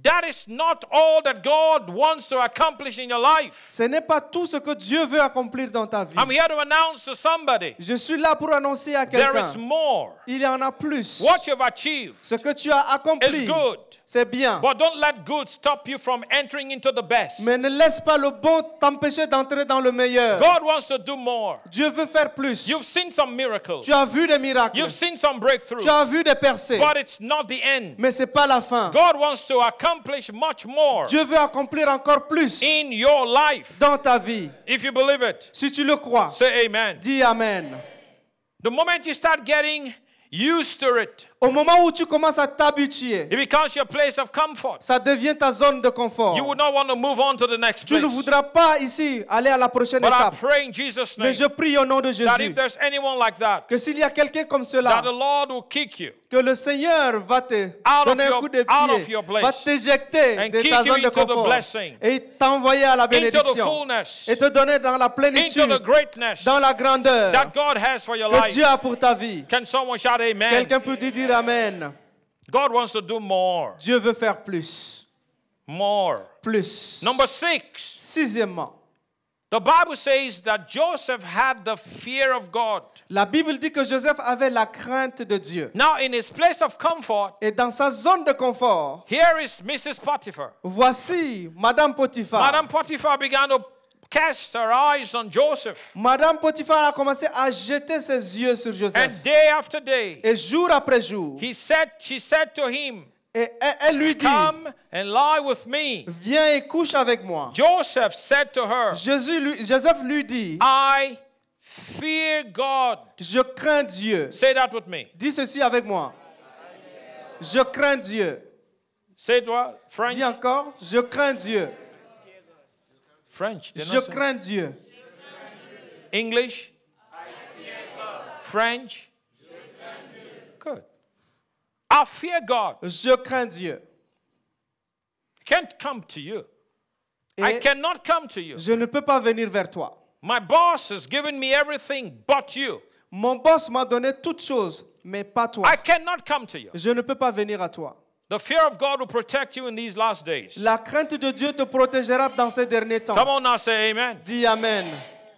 S1: That is not all that God wants to accomplish in your life.
S2: Ce n'est pas tout ce que Dieu veut accomplir dans ta vie.
S1: I'm here to announce to somebody
S2: Je suis là pour annoncer à
S1: there is
S2: quelqu'un.
S1: more.
S2: Il y en a plus.
S1: What you've achieved
S2: Ce que tu as
S1: is
S2: accompli,
S1: good,
S2: c'est bien.
S1: but don't let good stop you from entering into the best.
S2: Mais ne laisse pas le bon t'empêcher d'entrer dans le meilleur.
S1: God wants to do more.
S2: Dieu veut faire plus.
S1: You've seen some miracles,
S2: Tu as vu des miracles.
S1: you've seen some breakthroughs,
S2: Tu as vu des percées.
S1: but it's not the end.
S2: Mais ce n'est pas la fin.
S1: God wants to accomplish much more
S2: Dieu veut accomplir encore plus
S1: in your life.
S2: dans ta vie.
S1: If you believe it,
S2: Si tu le crois,
S1: say amen.
S2: dis Amen.
S1: The moment you start getting used to it,
S2: Au moment où tu commences à t'habituer,
S1: it becomes your place of comfort.
S2: ça devient ta zone de
S1: You
S2: confort.
S1: would not want to move on to the next
S2: Tu ne
S1: place.
S2: voudras pas ici aller à la prochaine
S1: But I
S2: étape.
S1: pray in Jesus'
S2: Mais
S1: name
S2: je prie au nom de
S1: that if
S2: Jésus
S1: there's anyone like that,
S2: que s'il y a quelqu'un comme
S1: that the
S2: cela,
S1: Lord will kick you
S2: que le Seigneur va te
S1: of
S2: donner un
S1: your-
S2: coup de
S1: out of
S2: pied,
S1: your place.
S2: va t'éjecter
S1: And
S2: de
S1: kick
S2: ta
S1: you
S2: zone de
S1: into the
S2: confort
S1: blessing.
S2: et t'envoyer à la
S1: into the
S2: bénédiction
S1: fullness,
S2: et te donner dans la
S1: into the
S2: plénitude,
S1: greatness
S2: dans la
S1: that
S2: grandeur
S1: God has for your
S2: que
S1: life.
S2: Dieu a pour ta vie.
S1: Can someone shout amen?
S2: Quelqu'un peut te dire Amen.
S1: God wants to do more.
S2: Dieu veut faire plus.
S1: More.
S2: Plus.
S1: Number six,
S2: Sixièmement,
S1: the Bible says that Joseph had the fear of God.
S2: la Bible dit que Joseph avait la crainte de Dieu.
S1: Now, in his place of comfort,
S2: Et dans sa zone de confort,
S1: here is Mrs. Potiphar.
S2: voici Madame Potiphar.
S1: Madam Potiphar began to cast her eyes on Joseph.
S2: Madame Potiphar a commencé à jeter ses yeux sur Joseph.
S1: And day after day,
S2: Et jour après jour,
S1: He said, she said to him,
S2: et elle, elle lui dit,
S1: Come and lie with me.
S2: viens et couche avec moi.
S1: Joseph said to her,
S2: Jésus lui- Joseph lui dit,
S1: I fear God.
S2: je crains Dieu.
S1: Say that with me.
S2: Dis ceci avec moi. Je crains Dieu.
S1: Say it what? French.
S2: Dis encore, je crains Dieu.
S1: French. they're
S2: Je
S1: not saying-
S2: crains Dieu.
S1: English. French. Good. I fear God.
S2: Je crains Dieu.
S1: I can't come to you. I
S2: Et
S1: cannot come to you.
S2: je ne peux pas venir vers toi.
S1: My boss has given me everything but you.
S2: Mon boss m'a donné toutes choses, mais pas toi.
S1: I cannot come to you.
S2: Je ne peux pas venir à toi.
S1: The fear of God will protect you in these last days.
S2: La crainte de Dieu te protégera dans ces derniers
S1: Come
S2: temps.
S1: on now, say amen.
S2: Dis Amen.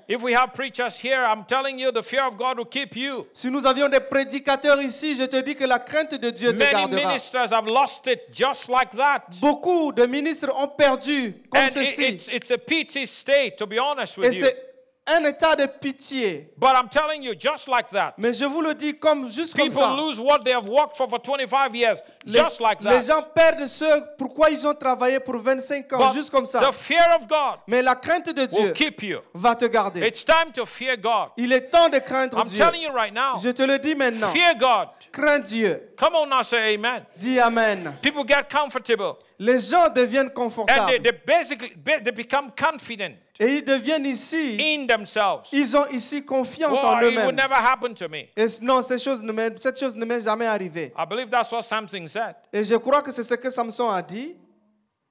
S1: If we have preachers here, I'm telling you, the fear of God will keep you.
S2: Si nous avions des prédicateurs ici, je te dis que la crainte de Dieu te
S1: Many
S2: gardera.
S1: ministers have lost it just like that.
S2: Beaucoup de ministres ont perdu comme
S1: And it-
S2: ceci.
S1: it's, it's a pity state, to be honest
S2: Et
S1: with you.
S2: c'est un état de pitié.
S1: But I'm telling you, just like that.
S2: Mais je vous le dis comme juste comme
S1: People
S2: ça.
S1: lose what they have worked for for 25 years,
S2: Les,
S1: just like
S2: les
S1: that.
S2: gens perdent ce pourquoi ils ont travaillé pour 25 ans,
S1: But
S2: juste comme ça.
S1: the fear of God
S2: Mais la crainte de
S1: will
S2: Dieu
S1: keep you.
S2: va te garder.
S1: It's time to fear God.
S2: Il est temps de craindre
S1: I'm
S2: Dieu.
S1: telling you right now,
S2: Je te le dis maintenant.
S1: fear God.
S2: Crains Dieu.
S1: Come on now, say amen.
S2: Dis Amen.
S1: People get comfortable
S2: Les gens deviennent
S1: and
S2: confortables.
S1: they, they basically be- they become confident
S2: Et ils deviennent ici.
S1: in themselves.
S2: Ils ont ici confiance en
S1: Oh, it would
S2: eux-mêmes.
S1: never happen to me.
S2: Et non, ces choses ne m'est- cette chose ne m'est jamais arrivée.
S1: I believe that's what Samson said.
S2: Et je crois que c'est ce que Samson a dit.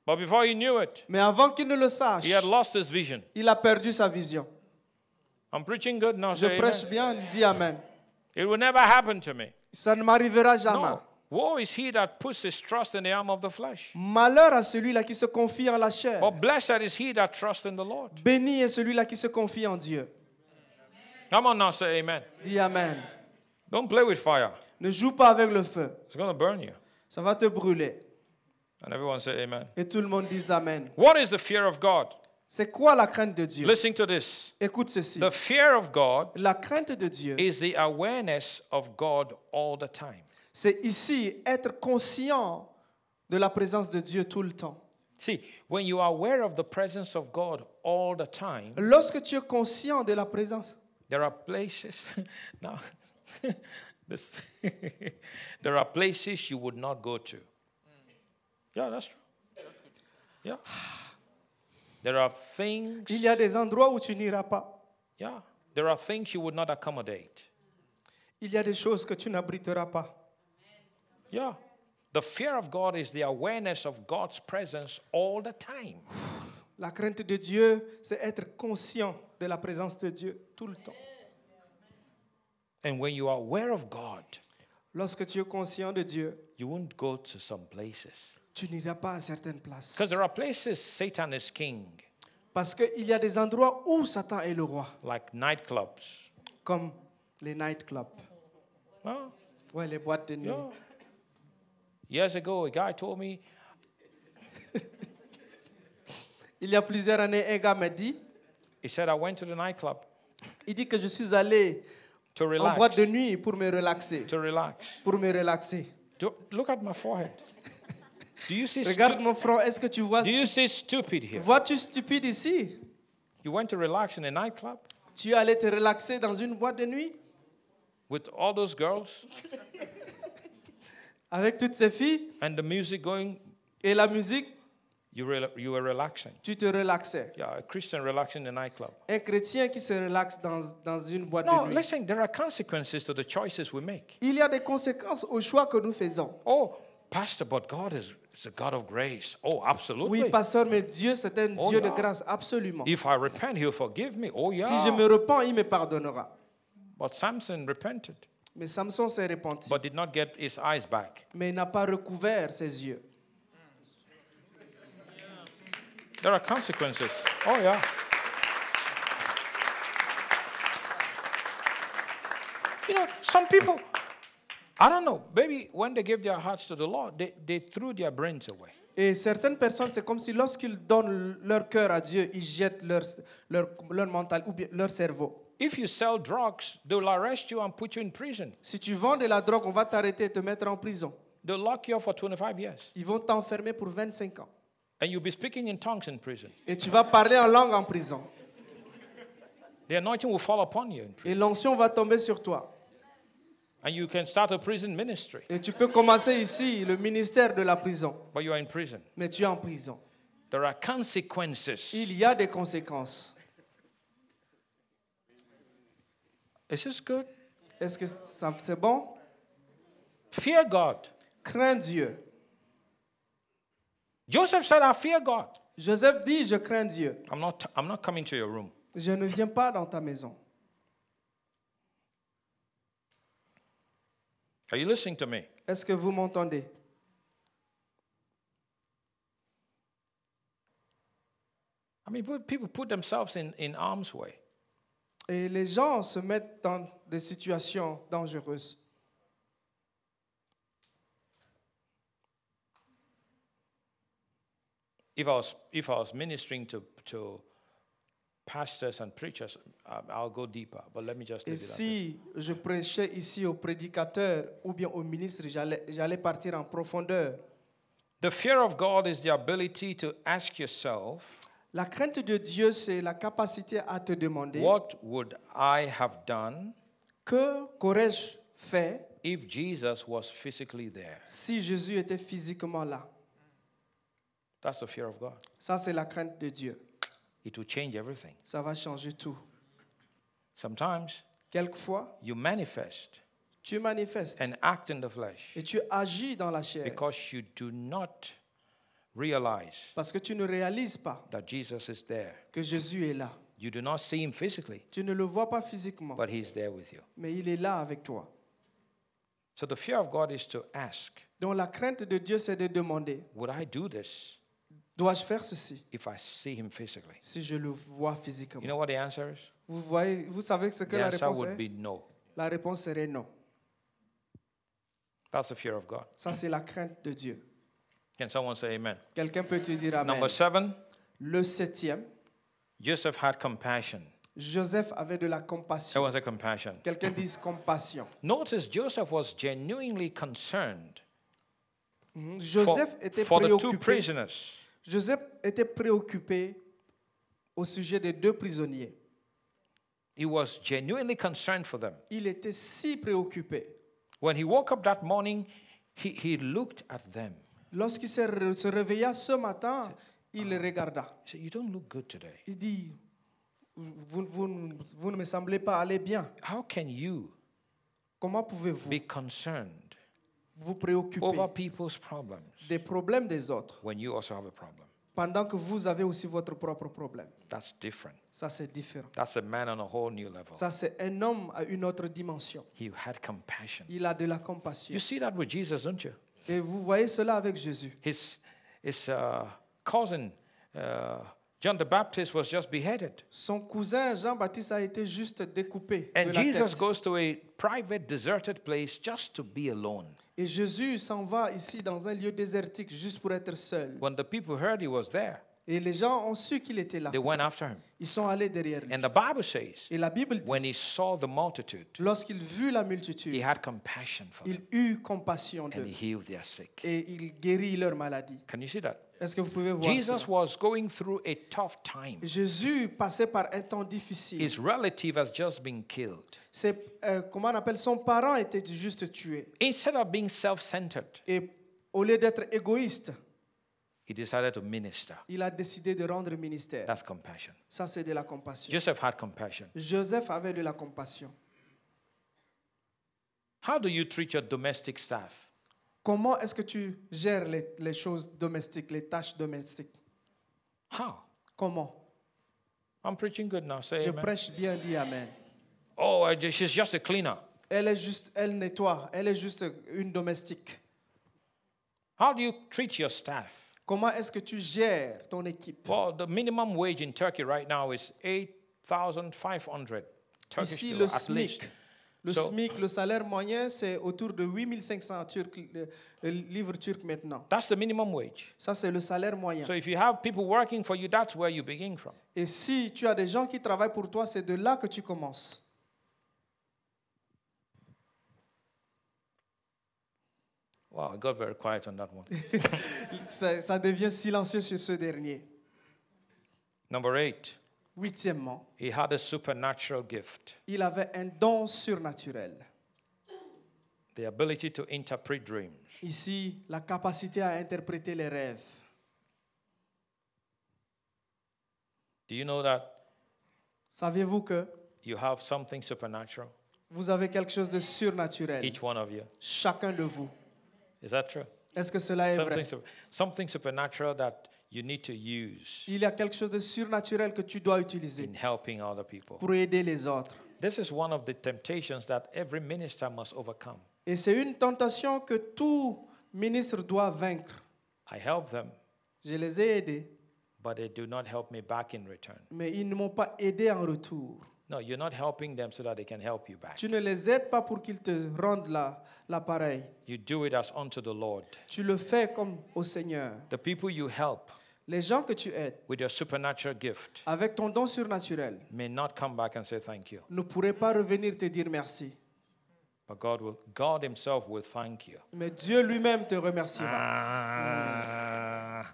S1: But before he knew it,
S2: Mais avant qu'il ne le sache,
S1: he had lost his vision.
S2: il a perdu sa vision.
S1: I'm preaching good now.
S2: Je
S1: Say amen.
S2: prêche bien, dis Amen.
S1: It will never happen to me.
S2: Ça ne m'arrivera jamais.
S1: No. Woe is he that puts his trust in the arm of the flesh.
S2: Malheur à celui-là qui se confie en la chair.
S1: But blessed is he that trusts in the Lord.
S2: Béni est celui-là qui se confie en Dieu.
S1: Come on now, say amen.
S2: Dis Amen.
S1: Don't play with fire.
S2: Ne joue pas avec le feu.
S1: It's going to burn you.
S2: Ça va te brûler.
S1: And everyone say amen.
S2: Et tout le monde dit Amen.
S1: What is the fear of God?
S2: C'est quoi la crainte de Dieu
S1: Listen to this.
S2: Écoute ceci.
S1: The fear of God
S2: La crainte de Dieu,
S1: is the awareness of God all the time.
S2: c'est ici être conscient de la présence de Dieu tout le temps.
S1: See, when you are aware of the presence of God all the time,
S2: Lorsque tu es conscient de la présence,
S1: there are places now this there are places you would not go to. Yeah, that's true. Yeah. There are things
S2: il y a des endroits où tu n'iras pas.
S1: yeah, there are things you would not accommodate.
S2: Il y a des choses que tu n'abriteras pas.
S1: Yeah. The fear of God is the awareness of God's presence all the time.
S2: La crainte de Dieu, c'est être conscient de la présence de Dieu tout le temps.
S1: And when you are aware of God,
S2: Lorsque tu es conscient de Dieu,
S1: you won't go to some places.
S2: tu n'iras pas à certaines places.
S1: Because there are places Satan is king,
S2: Parce qu'il y a des endroits où Satan est le roi,
S1: like nightclubs.
S2: comme les nightclubs,
S1: Huh?
S2: ouais, les boîtes de nuit.
S1: Yeah. Years ago, a guy told me,
S2: Il y a plusieurs années, un gars m'a dit,
S1: he said, I went to the nightclub
S2: il dit que je suis allé
S1: to
S2: en boîte
S1: relax.
S2: de nuit pour me relaxer.
S1: To relax.
S2: Pour me relaxer.
S1: Do, look at my forehead. Do you see? stu-
S2: Regarde mon front, est-ce que tu vois
S1: do you
S2: stu-
S1: see stupid here?
S2: Vois-tu stupide ici
S1: You went to relax in a nightclub
S2: Tu es allé te relaxer dans une boîte de nuit
S1: with all those girls
S2: avec toutes ces filles
S1: and the music going.
S2: et la musique,
S1: You, rela- you were relaxing.
S2: tu te relaxais.
S1: Yeah, a Christian relaxing in a nightclub.
S2: Un chrétien qui se relaxe dans, dans une boîte
S1: No,
S2: de nuit.
S1: listen, there are consequences to the choices we make.
S2: Il y a des conséquences aux choix que nous faisons.
S1: Oh, Pastor, but God is, is a God of grace. Oh, absolutely.
S2: Oui, pasteur, mais Dieu, c'est un
S1: Oh,
S2: Dieu de
S1: yeah.
S2: grâce, absolument.
S1: if I repent, He'll forgive me. Oh, yeah.
S2: Si je me repens, il me pardonnera.
S1: But Samson repented,
S2: Mais Samson s'est repenti,
S1: but did not get his eyes back.
S2: mais il n'a pas recouvert ses yeux.
S1: There are consequences. Oh, yeah. You know, some people, I don't know, maybe when they gave their hearts to the Lord, they, they threw their brains away.
S2: Et certaines personnes, c'est comme si lorsqu'ils donnent leur cœur à Dieu, ils jettent leur, leur, leur mental ou bien leur cerveau.
S1: If you sell drugs, they'll arrest you and put you in prison.
S2: Si tu vends de la drogue, on va t'arrêter et te mettre en prison.
S1: They'll lock you up for 25 years.
S2: Ils vont t'enfermer pour 25 ans.
S1: And you'll be speaking in tongues in prison.
S2: Et tu vas parler en langue en prison.
S1: The anointing will fall upon you in prison.
S2: Et l'onction va tomber sur toi.
S1: And you can start a prison ministry,
S2: Et tu peux commencer ici le ministère de la prison.
S1: but you are in prison.
S2: Mais tu es en prison.
S1: There are consequences.
S2: Il y a des conséquences.
S1: Is this good?
S2: Est-ce que ça- c'est bon?
S1: Fear God.
S2: Crains Dieu.
S1: Joseph said, I fear God.
S2: Joseph dit, je crains Dieu.
S1: I'm not, I'm not coming to your room.
S2: Je ne viens pas dans ta maison.
S1: Are you listening to me?
S2: Est-ce que vous m'entendez?
S1: I mean, put- people put themselves in, in harm's way.
S2: Et les gens se mettent dans des situations dangereuses.
S1: If I was, if I was ministering to, to pastors and preachers, I- I'll go deeper, but let me just leave
S2: Et
S1: it at this.
S2: si je prêchais ici aux prédicateurs ou bien aux ministres, j'allais j'allais partir en profondeur.
S1: The fear of God is the ability to ask yourself,
S2: La crainte de Dieu, c'est la capacité à te demander
S1: What would I have done
S2: que qu'aurais-je fait
S1: if Jesus was physically there?
S2: si Jésus était physiquement là.
S1: That's the fear of God.
S2: Ça, c'est la crainte de Dieu.
S1: It will change everything.
S2: Ça va changer tout.
S1: Sometimes
S2: Quelquefois,
S1: you manifest
S2: tu manifestes
S1: and act in the flesh
S2: et tu agis dans la chair
S1: because you do not realize
S2: parce que tu ne réalises pas
S1: that Jesus is there.
S2: que Jésus est là.
S1: You do not see him physically,
S2: Tu ne le vois pas physiquement,
S1: but he's there with you.
S2: mais il est là avec toi.
S1: So the fear of God is to ask,
S2: Donc la crainte de Dieu, c'est de demander,
S1: Would I do this
S2: dois-je faire ceci
S1: if I see him physically?
S2: si je le vois physiquement
S1: You know what the answer is?
S2: Vous voyez, vous savez ce que
S1: The
S2: la
S1: answer
S2: réponse
S1: would
S2: est
S1: be no.
S2: La réponse serait non.
S1: That's the fear of God.
S2: Ça, c'est la crainte de Dieu.
S1: Can someone say amen?
S2: Quelqu'un peut te dire Amen.
S1: Number seven,
S2: Le septième,
S1: Joseph had compassion.
S2: Joseph avait de la compassion.
S1: Everyone say compassion.
S2: Quelqu'un dise compassion.
S1: Notice Joseph was genuinely concerned for-
S2: Mhm. Joseph était
S1: for the two
S2: préoccupé.
S1: prisoners.
S2: Joseph était préoccupé au sujet des deux prisonniers.
S1: He was genuinely concerned for them.
S2: Il était si préoccupé.
S1: When he woke up that morning, he, he looked at them.
S2: Lorsqu'il se re- se réveilla ce matin, il les regarda.
S1: He said, You don't look good today.
S2: Il dit, vous, vous- vous ne me semblez pas aller bien.
S1: How can you
S2: Comment pouvez-vous
S1: be concerned
S2: vous préoccuper
S1: over people's problems
S2: des problèmes des autres
S1: when you also have a problem?
S2: pendant que vous avez aussi votre propre problème
S1: That's different.
S2: Ça, c'est différent.
S1: That's a man on a whole new level.
S2: Ça, c'est un homme à une autre dimension.
S1: He had compassion.
S2: Il a de la
S1: You
S2: compassion.
S1: see that with Jesus, don't you?
S2: Et vous voyez cela avec Jésus.
S1: His, his uh, cousin, uh, John the Baptist, was just beheaded.
S2: Son cousin Jean-Baptiste a été juste découpé de
S1: And
S2: la
S1: Jesus
S2: tête.
S1: goes to a private, deserted place just to be alone.
S2: Et Jésus s'en va ici dans un lieu désertique juste pour être seul.
S1: When the people heard he was there,
S2: Et les gens ont su qu'il était là.
S1: they went after him.
S2: Ils sont allés derrière lui.
S1: And the Bible says,
S2: Et la Bible
S1: when
S2: dit,
S1: he saw the multitude,
S2: lorsqu'il vit la
S1: he
S2: multitude,
S1: had compassion for them
S2: il eut compassion
S1: and
S2: d'eux
S1: he healed their sick.
S2: et il guérit leur maladie.
S1: Can you see that?
S2: Est-ce que vous pouvez voir
S1: Jesus
S2: cela?
S1: was going through a tough time.
S2: Jésus passait par un temps difficile.
S1: His relative has just been killed.
S2: C'est, euh, comment on appelle, son parent était juste tué.
S1: Instead of being self centered,
S2: Et au lieu d'être égoïste,
S1: he decided to minister.
S2: il a décidé de rendre ministère.
S1: That's compassion.
S2: Ça, c'est de la compassion.
S1: Joseph had compassion.
S2: Joseph avait de la compassion.
S1: How do you treat your domestic staff?
S2: Comment est-ce que tu gères les, les choses domestiques, les tâches domestiques
S1: How?
S2: Comment
S1: I'm preaching good now. Say
S2: Je
S1: amen.
S2: prêche bien, dit Amen.
S1: Oh, I ju- she's just a cleaner.
S2: Elle est juste, elle nettoie, elle est juste une domestique.
S1: How do you treat your staff?
S2: Comment est-ce que tu gères ton équipe
S1: Well, the minimum wage in Turkey right now is 8,500 Turkish
S2: Ici,
S1: lira
S2: le
S1: at least.
S2: SMIC. Le
S1: So-
S2: SMIC, le salaire moyen, c'est autour de 8500 turcs, euh, livres turcs maintenant.
S1: That's the minimum wage.
S2: Ça, c'est le salaire moyen.
S1: So if you have people working for you, that's where you begin from.
S2: Et si tu as des gens qui travaillent pour toi, c'est de là que tu commences.
S1: Wow, I got very quiet on that one.
S2: Ça, ça devient silencieux sur ce dernier.
S1: Number eight,
S2: Huitièmement,
S1: he had a supernatural gift
S2: il avait un don surnaturel.
S1: the ability to interpret dreams.
S2: Ici, la capacité à interpréter les rêves.
S1: Do you know that
S2: Savez-vous que
S1: you have something supernatural?
S2: vous avez quelque chose de surnaturel,
S1: Each one of you.
S2: chacun de vous
S1: Is that true?
S2: Est-ce que cela est
S1: Something,
S2: vrai
S1: sup- something supernatural that you need to use
S2: Il y a quelque chose de surnaturel que tu dois utiliser
S1: in helping other people.
S2: pour aider les autres.
S1: This is one of the temptations that every minister must overcome.
S2: Et c'est une tentation que tout ministre doit vaincre.
S1: I help them,
S2: Je les ai aidés,
S1: but they do not help me back in return.
S2: mais ils ne m'ont pas aidé en retour.
S1: No, you're not helping them so that they can help you back.
S2: Tu ne les aides pas pour qu'ils te rendent la- l'appareil.
S1: You do it as unto the Lord.
S2: tu le fais comme au Seigneur.
S1: The people you help
S2: Les gens que tu aides
S1: with your supernatural gift
S2: avec ton don surnaturel
S1: may not come back and say thank you,
S2: ne pourraient pas revenir te dire merci.
S1: but God will God himself will thank you.
S2: Mais Dieu lui-même te remerciera.
S1: Ah,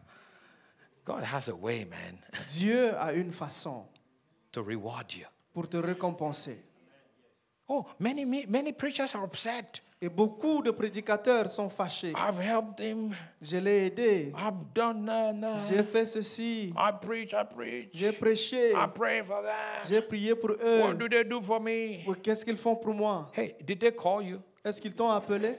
S1: God has a way, man,
S2: Dieu a une façon
S1: to reward you.
S2: pour te récompenser.
S1: Oh, many many preachers are upset.
S2: Et beaucoup de prédicateurs sont fâchés.
S1: I've helped him.
S2: Je l'ai aidé.
S1: I've done that.
S2: J'ai fait ceci.
S1: I preach, I preach.
S2: J'ai prêché.
S1: I pray for them.
S2: J'ai prié pour
S1: What
S2: eux.
S1: do they do for me?
S2: Qu'est-ce qu'ils font pour moi
S1: Hey, did they call you?
S2: Est-ce qu'ils t'ont appelé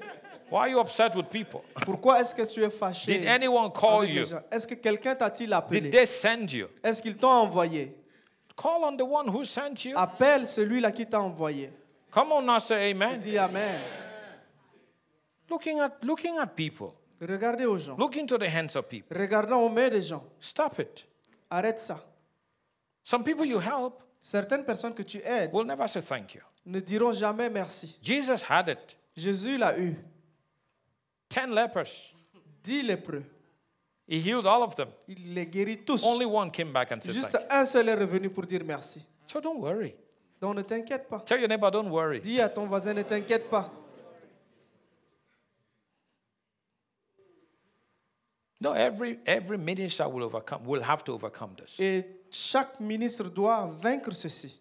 S1: Why are you upset with people?
S2: Pourquoi est-ce que tu es fâché
S1: Did anyone call
S2: avec les
S1: you?
S2: gens Est-ce que quelqu'un t'a-t-il
S1: Did
S2: appelé
S1: they send you?
S2: Est-ce qu'ils t'ont envoyé
S1: Call on the one who sent you.
S2: Appelle celui-là qui t'a envoyé.
S1: Come on now, say amen.
S2: Dis Amen.
S1: Looking at looking at people.
S2: Regardez aux gens.
S1: Look into the hands of people.
S2: Regardons aux mains des gens.
S1: Stop it.
S2: Arrête ça.
S1: Some people you help
S2: Certaines personnes que tu aides
S1: will never say thank you.
S2: ne diront jamais merci.
S1: Jesus had it.
S2: Jésus l'a eu.
S1: Ten lepers.
S2: Dix lépreux.
S1: He healed all of them.
S2: Il les guérit tous.
S1: Only one came back and said thank
S2: Juste
S1: you.
S2: un seul est revenu pour dire merci.
S1: So don't worry.
S2: Donc ne t'inquiète pas.
S1: Tell your neighbor, don't worry.
S2: Dis à ton voisin, ne t'inquiète pas.
S1: No, every every minister will overcome will have to overcome this.
S2: Et chaque ministre doit vaincre ceci.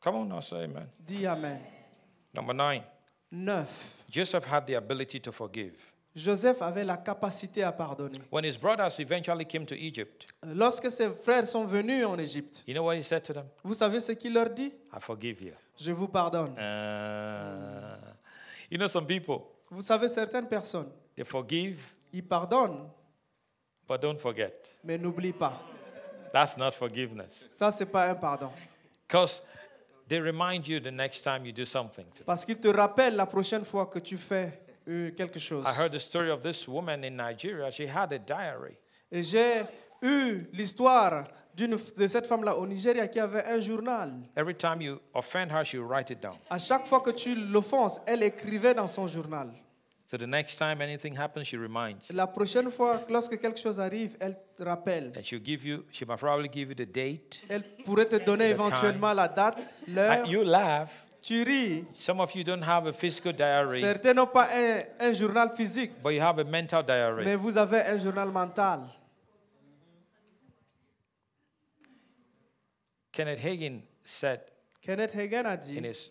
S1: Come on now, say amen.
S2: Dis Amen.
S1: Number nine.
S2: 9.
S1: Joseph had the ability to forgive.
S2: Joseph avait la capacité à pardonner.
S1: When his brothers eventually came to Egypt,
S2: Lorsque ses frères sont venus en Égypte,
S1: you know what he said to them?
S2: vous savez ce qu'il leur dit
S1: I forgive you.
S2: Je vous pardonne.
S1: Uh, you know, some people,
S2: Vous savez, certaines personnes,
S1: they forgive,
S2: ils pardonnent,
S1: but don't forget.
S2: mais n'oublient pas.
S1: That's not forgiveness.
S2: Ça, c'est pas un pardon.
S1: Because they remind you the next time you do something. to-
S2: Parce qu'ils te rappellent la prochaine fois que tu fais euh, quelque chose.
S1: I heard the story of this woman in Nigeria. She had a diary.
S2: Et j'ai eu l'histoire d'une de cette femme-là au Nigeria qui avait un journal.
S1: Every time you offend her, she write it down.
S2: À chaque fois que tu l'offenses, elle écrivait dans son journal.
S1: So the next time anything happens, she reminds.
S2: La prochaine fois, lorsque quelque chose arrive, elle te rappelle.
S1: And she'll give you, she might probably give you the date.
S2: Elle pourrait te donner
S1: The time.
S2: éventuellement la date, l'heure.
S1: And you laugh.
S2: Tu ris.
S1: Some of you don't have a physical diary,
S2: Certains n'ont pas un, un journal physique,
S1: but you have a mental diary.
S2: mais vous avez un journal mental.
S1: Kenneth Hagin said
S2: Kenneth Hagin a
S1: in
S2: dit,
S1: his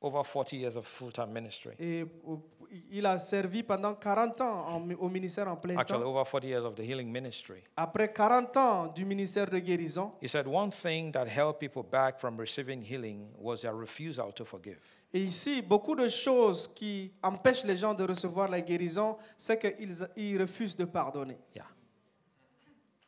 S1: over 40 years of full time ministry,
S2: et au- il a servi pendant 40 ans en- au ministère en plein
S1: actually,
S2: temps.
S1: over 40 years of the healing ministry,
S2: Après 40 ans du ministère de guérison,
S1: he said one thing that held people back from receiving healing was their refusal to forgive.
S2: et ici, beaucoup de choses qui empêchent les gens de recevoir la guérison, c'est qu'ils ils refusent de pardonner.
S1: Yeah.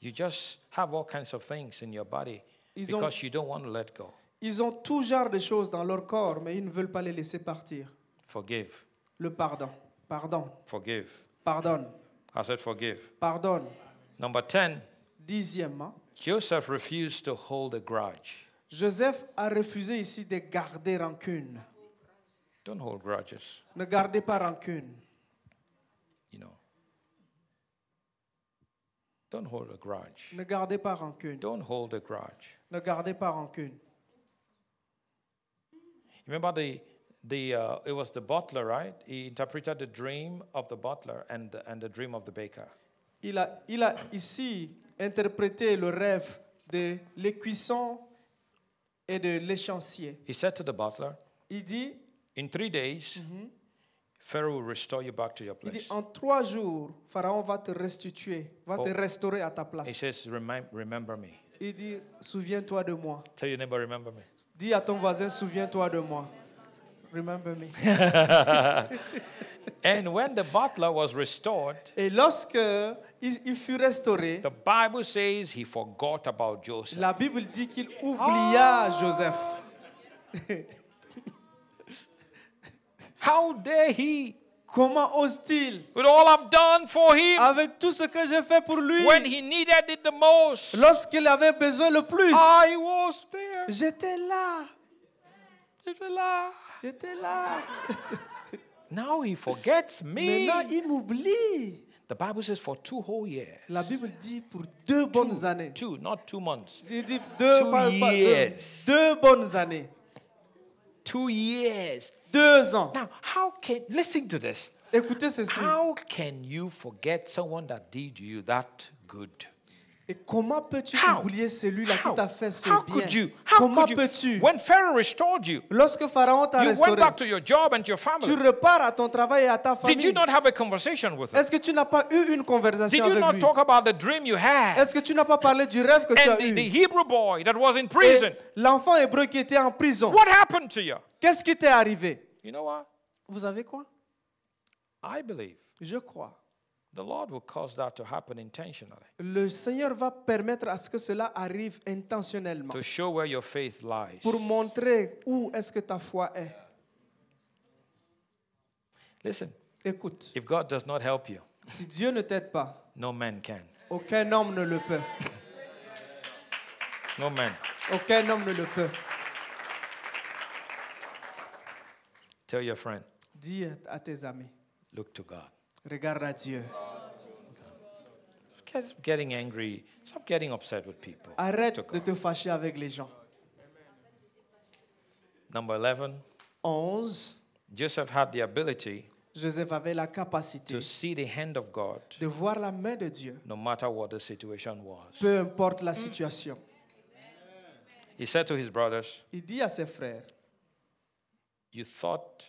S1: You just have all kinds of things in your body
S2: Ils ont-
S1: because you don't want to let go.
S2: Ils ont tout genre de choses dans leur corps, mais ils ne veulent pas les laisser partir.
S1: Forgive,
S2: Le pardon, pardon,
S1: forgive.
S2: pardonne,
S1: I said, forgive.
S2: pardonne.
S1: Number 10,
S2: Dixièmement,
S1: Joseph refused to hold a grudge.
S2: Joseph a refusé ici de garder rancune.
S1: Don't hold grudges,
S2: Ne gardez pas rancune.
S1: you know. Don't hold a grudge.
S2: Ne gardez pas rancune.
S1: Don't hold a grudge.
S2: Ne gardez pas rancune.
S1: Remember the the uh, it was the butler, right? He interpreted the dream of the butler and the, and the dream of the baker.
S2: Il a, il a ici interprété le rêve de l'écuisson et de l'échancier.
S1: He said to the butler,
S2: Il dit,
S1: "In three days, Pharaoh will restore you back to your
S2: il
S1: place."
S2: dit, en trois jours, Pharaon va te restituer, va te
S1: Oh.
S2: restaurer à ta place.
S1: He says, Remi- "Remember me."
S2: Il dit, souviens-toi de moi.
S1: Tell your neighbor, "Remember me."
S2: Dis à ton voisin, souviens-toi de moi. Remember me.
S1: and when the butler was restored,
S2: Et lorsque il, il fut restauré,
S1: the Bible says he forgot about Joseph.
S2: la Bible dit qu'il oublia
S1: Oh.
S2: Joseph.
S1: How dare he
S2: Comment ose-t-il
S1: With all I've done for him,
S2: avec tout ce que j'ai fait pour lui
S1: when he needed it the most,
S2: lorsqu'il avait besoin le plus
S1: I was there.
S2: J'étais là,
S1: It was like,
S2: j'étais là.
S1: Now he forgets me.
S2: Maintenant, il m'oublie.
S1: The Bible says for two whole years.
S2: La Bible dit pour deux bonnes années.
S1: Two, not two months.
S2: Il dit deux,
S1: Two
S2: pas- pas-
S1: years.
S2: deux- deux bonnes années.
S1: Two years.
S2: Deux ans.
S1: Now, how can, listen to this.
S2: Écoutez ceci.
S1: How can you forget someone that did you that good?
S2: Et comment peux-tu
S1: How?
S2: oublier celui-là qui
S1: How?
S2: t'a fait ce
S1: How
S2: bien
S1: could you? How
S2: Comment
S1: could you?
S2: peux-tu
S1: When Pharaoh restored you,
S2: Lorsque Pharaon t'a
S1: you went
S2: restauré,
S1: back to your job and your
S2: tu
S1: family.
S2: repars à ton travail et à ta
S1: Did you
S2: famille.
S1: not have a conversation with him?
S2: Est-ce que tu n'as pas eu une conversation
S1: Did you
S2: avec
S1: not
S2: lui
S1: talk about the dream you had?
S2: Est-ce que tu n'as pas parlé du rêve que tu
S1: And
S2: as
S1: the, the
S2: eu
S1: Hebrew boy that was in
S2: Et
S1: prison.
S2: L'enfant hébreu qui était en prison,
S1: What happened to you?
S2: qu'est-ce qui t'est arrivé
S1: You know what?
S2: Vous avez quoi
S1: I believe
S2: Je crois.
S1: the Lord will cause that to happen intentionally
S2: Le Seigneur va permettre à ce que cela arrive intentionnellement
S1: to show where your faith lies.
S2: pour montrer où est-ce que ta foi est.
S1: Listen,
S2: Écoute,
S1: if God does not help you,
S2: si Dieu ne t'aide pas,
S1: no man can.
S2: aucun homme ne le peut.
S1: No man.
S2: Aucun homme ne le peut.
S1: Tell your friend,
S2: Dis à tes amis,
S1: look to God.
S2: regarde à Dieu.
S1: Stop getting angry. Stop getting upset with people.
S2: Arrête
S1: To God.
S2: de te fâcher avec les gens.
S1: Number 11,
S2: 11.
S1: Joseph had the ability
S2: Joseph avait la capacité
S1: to see the hand of God
S2: de voir la main de Dieu,
S1: no matter what the situation was.
S2: peu importe la situation.
S1: He said to his brothers,
S2: Il dit à ses frères,
S1: You thought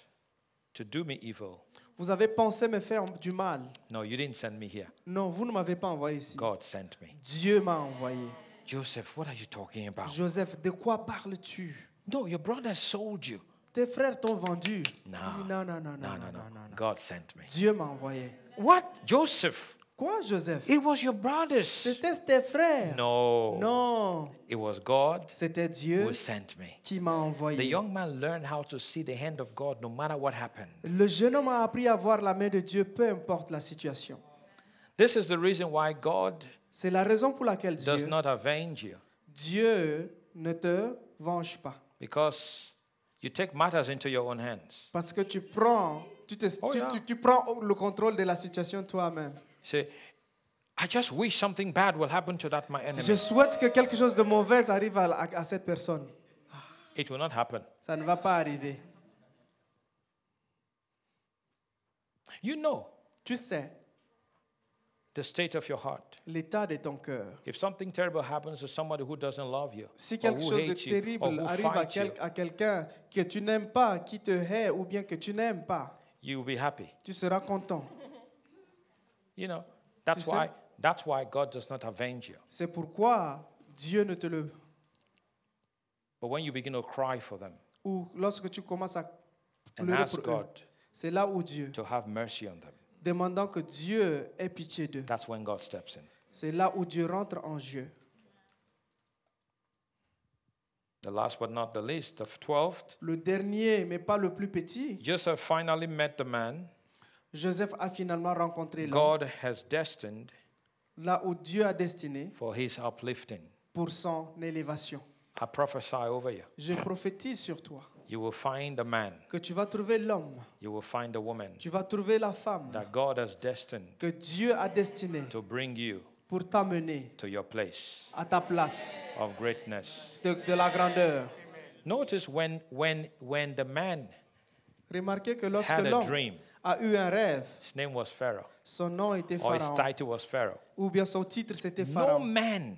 S1: to do me evil.
S2: vous avez pensé me faire du mal.
S1: No, you didn't send me here.
S2: Non, vous ne m'avez pas envoyé ici.
S1: God sent me.
S2: Dieu m'a envoyé.
S1: Joseph, what are you talking about?
S2: Joseph, de quoi parles-tu
S1: No, your brothers sold you.
S2: Tes frères t'ont vendu.
S1: No.
S2: Il dit, non, non,
S1: No, no,
S2: non, non,
S1: no.
S2: non, non, non.
S1: God sent me.
S2: Dieu m'a envoyé.
S1: What? Joseph,
S2: Quoi, Joseph
S1: it was your brothers.
S2: C'était tes frères.
S1: No.
S2: Non,
S1: It was God
S2: c'était Dieu
S1: who sent me.
S2: qui m'a
S1: The
S2: envoyé.
S1: young man learned how to see the hand of God no matter what happened.
S2: Le jeune homme a appris à voir la main de Dieu, peu importe la situation.
S1: This is the reason why God
S2: C'est la raison pour laquelle
S1: does
S2: Dieu,
S1: not avenge you
S2: Dieu ne te venge pas.
S1: because you take matters into your own hands.
S2: Parce que tu prends, tu, te-
S1: Oh,
S2: tu-
S1: yeah.
S2: tu- tu prends le contrôle de la situation toi-même.
S1: You say, I just wish something bad will happen to that my enemy.
S2: Je souhaite que quelque chose de mauvais arrive à, à- à cette personne.
S1: It will not happen.
S2: Ça ne va pas arriver.
S1: You know
S2: Tu sais
S1: the state of your heart.
S2: l'état de ton cœur.
S1: If something terrible happens to somebody who doesn't love you,
S2: Si
S1: or
S2: quelque
S1: who hates
S2: chose de
S1: you, or
S2: terrible
S1: who
S2: arrive à,
S1: fights
S2: quel- à quelqu'un que tu n'aimes pas, qui te hait ou bien que tu n'aimes pas,
S1: you, you will be happy.
S2: tu seras content.
S1: You know that's
S2: sais-
S1: why that's why God does not avenge you.
S2: C'est pourquoi Dieu ne te le...
S1: But when you begin to cry for them
S2: Ou lorsque tu commences à
S1: and
S2: pleurer
S1: ask
S2: pour eux,
S1: God
S2: c'est là où Dieu,
S1: to have mercy on them,
S2: demandant que Dieu ait pitié d'eux,
S1: that's when God steps in.
S2: c'est là où Dieu rentre en jeu.
S1: The last but not the least, the twelfth,
S2: Le dernier, mais pas le plus petit,
S1: Joseph finally met the man
S2: Joseph a finalement rencontré l'homme,
S1: God has destined
S2: là où Dieu a destiné
S1: for his uplifting.
S2: pour son élévation.
S1: I prophesy over you.
S2: Je prophétise sur toi
S1: You will find a man,
S2: que tu vas trouver l'homme,
S1: you will find a woman
S2: tu vas trouver la femme
S1: that God has destined
S2: que Dieu a destinée
S1: to bring you
S2: pour t'amener
S1: to your place
S2: à ta place
S1: of greatness.
S2: de, de la grandeur.
S1: Notice when when when the man,
S2: Remarquez que lorsque
S1: Had a
S2: l'homme
S1: dream.
S2: a eu un rêve,
S1: his name was Pharaoh,
S2: son nom était
S1: or his
S2: Pharaon,
S1: title was Pharaoh.
S2: ou bien son titre c'était
S1: No
S2: Pharaon.
S1: man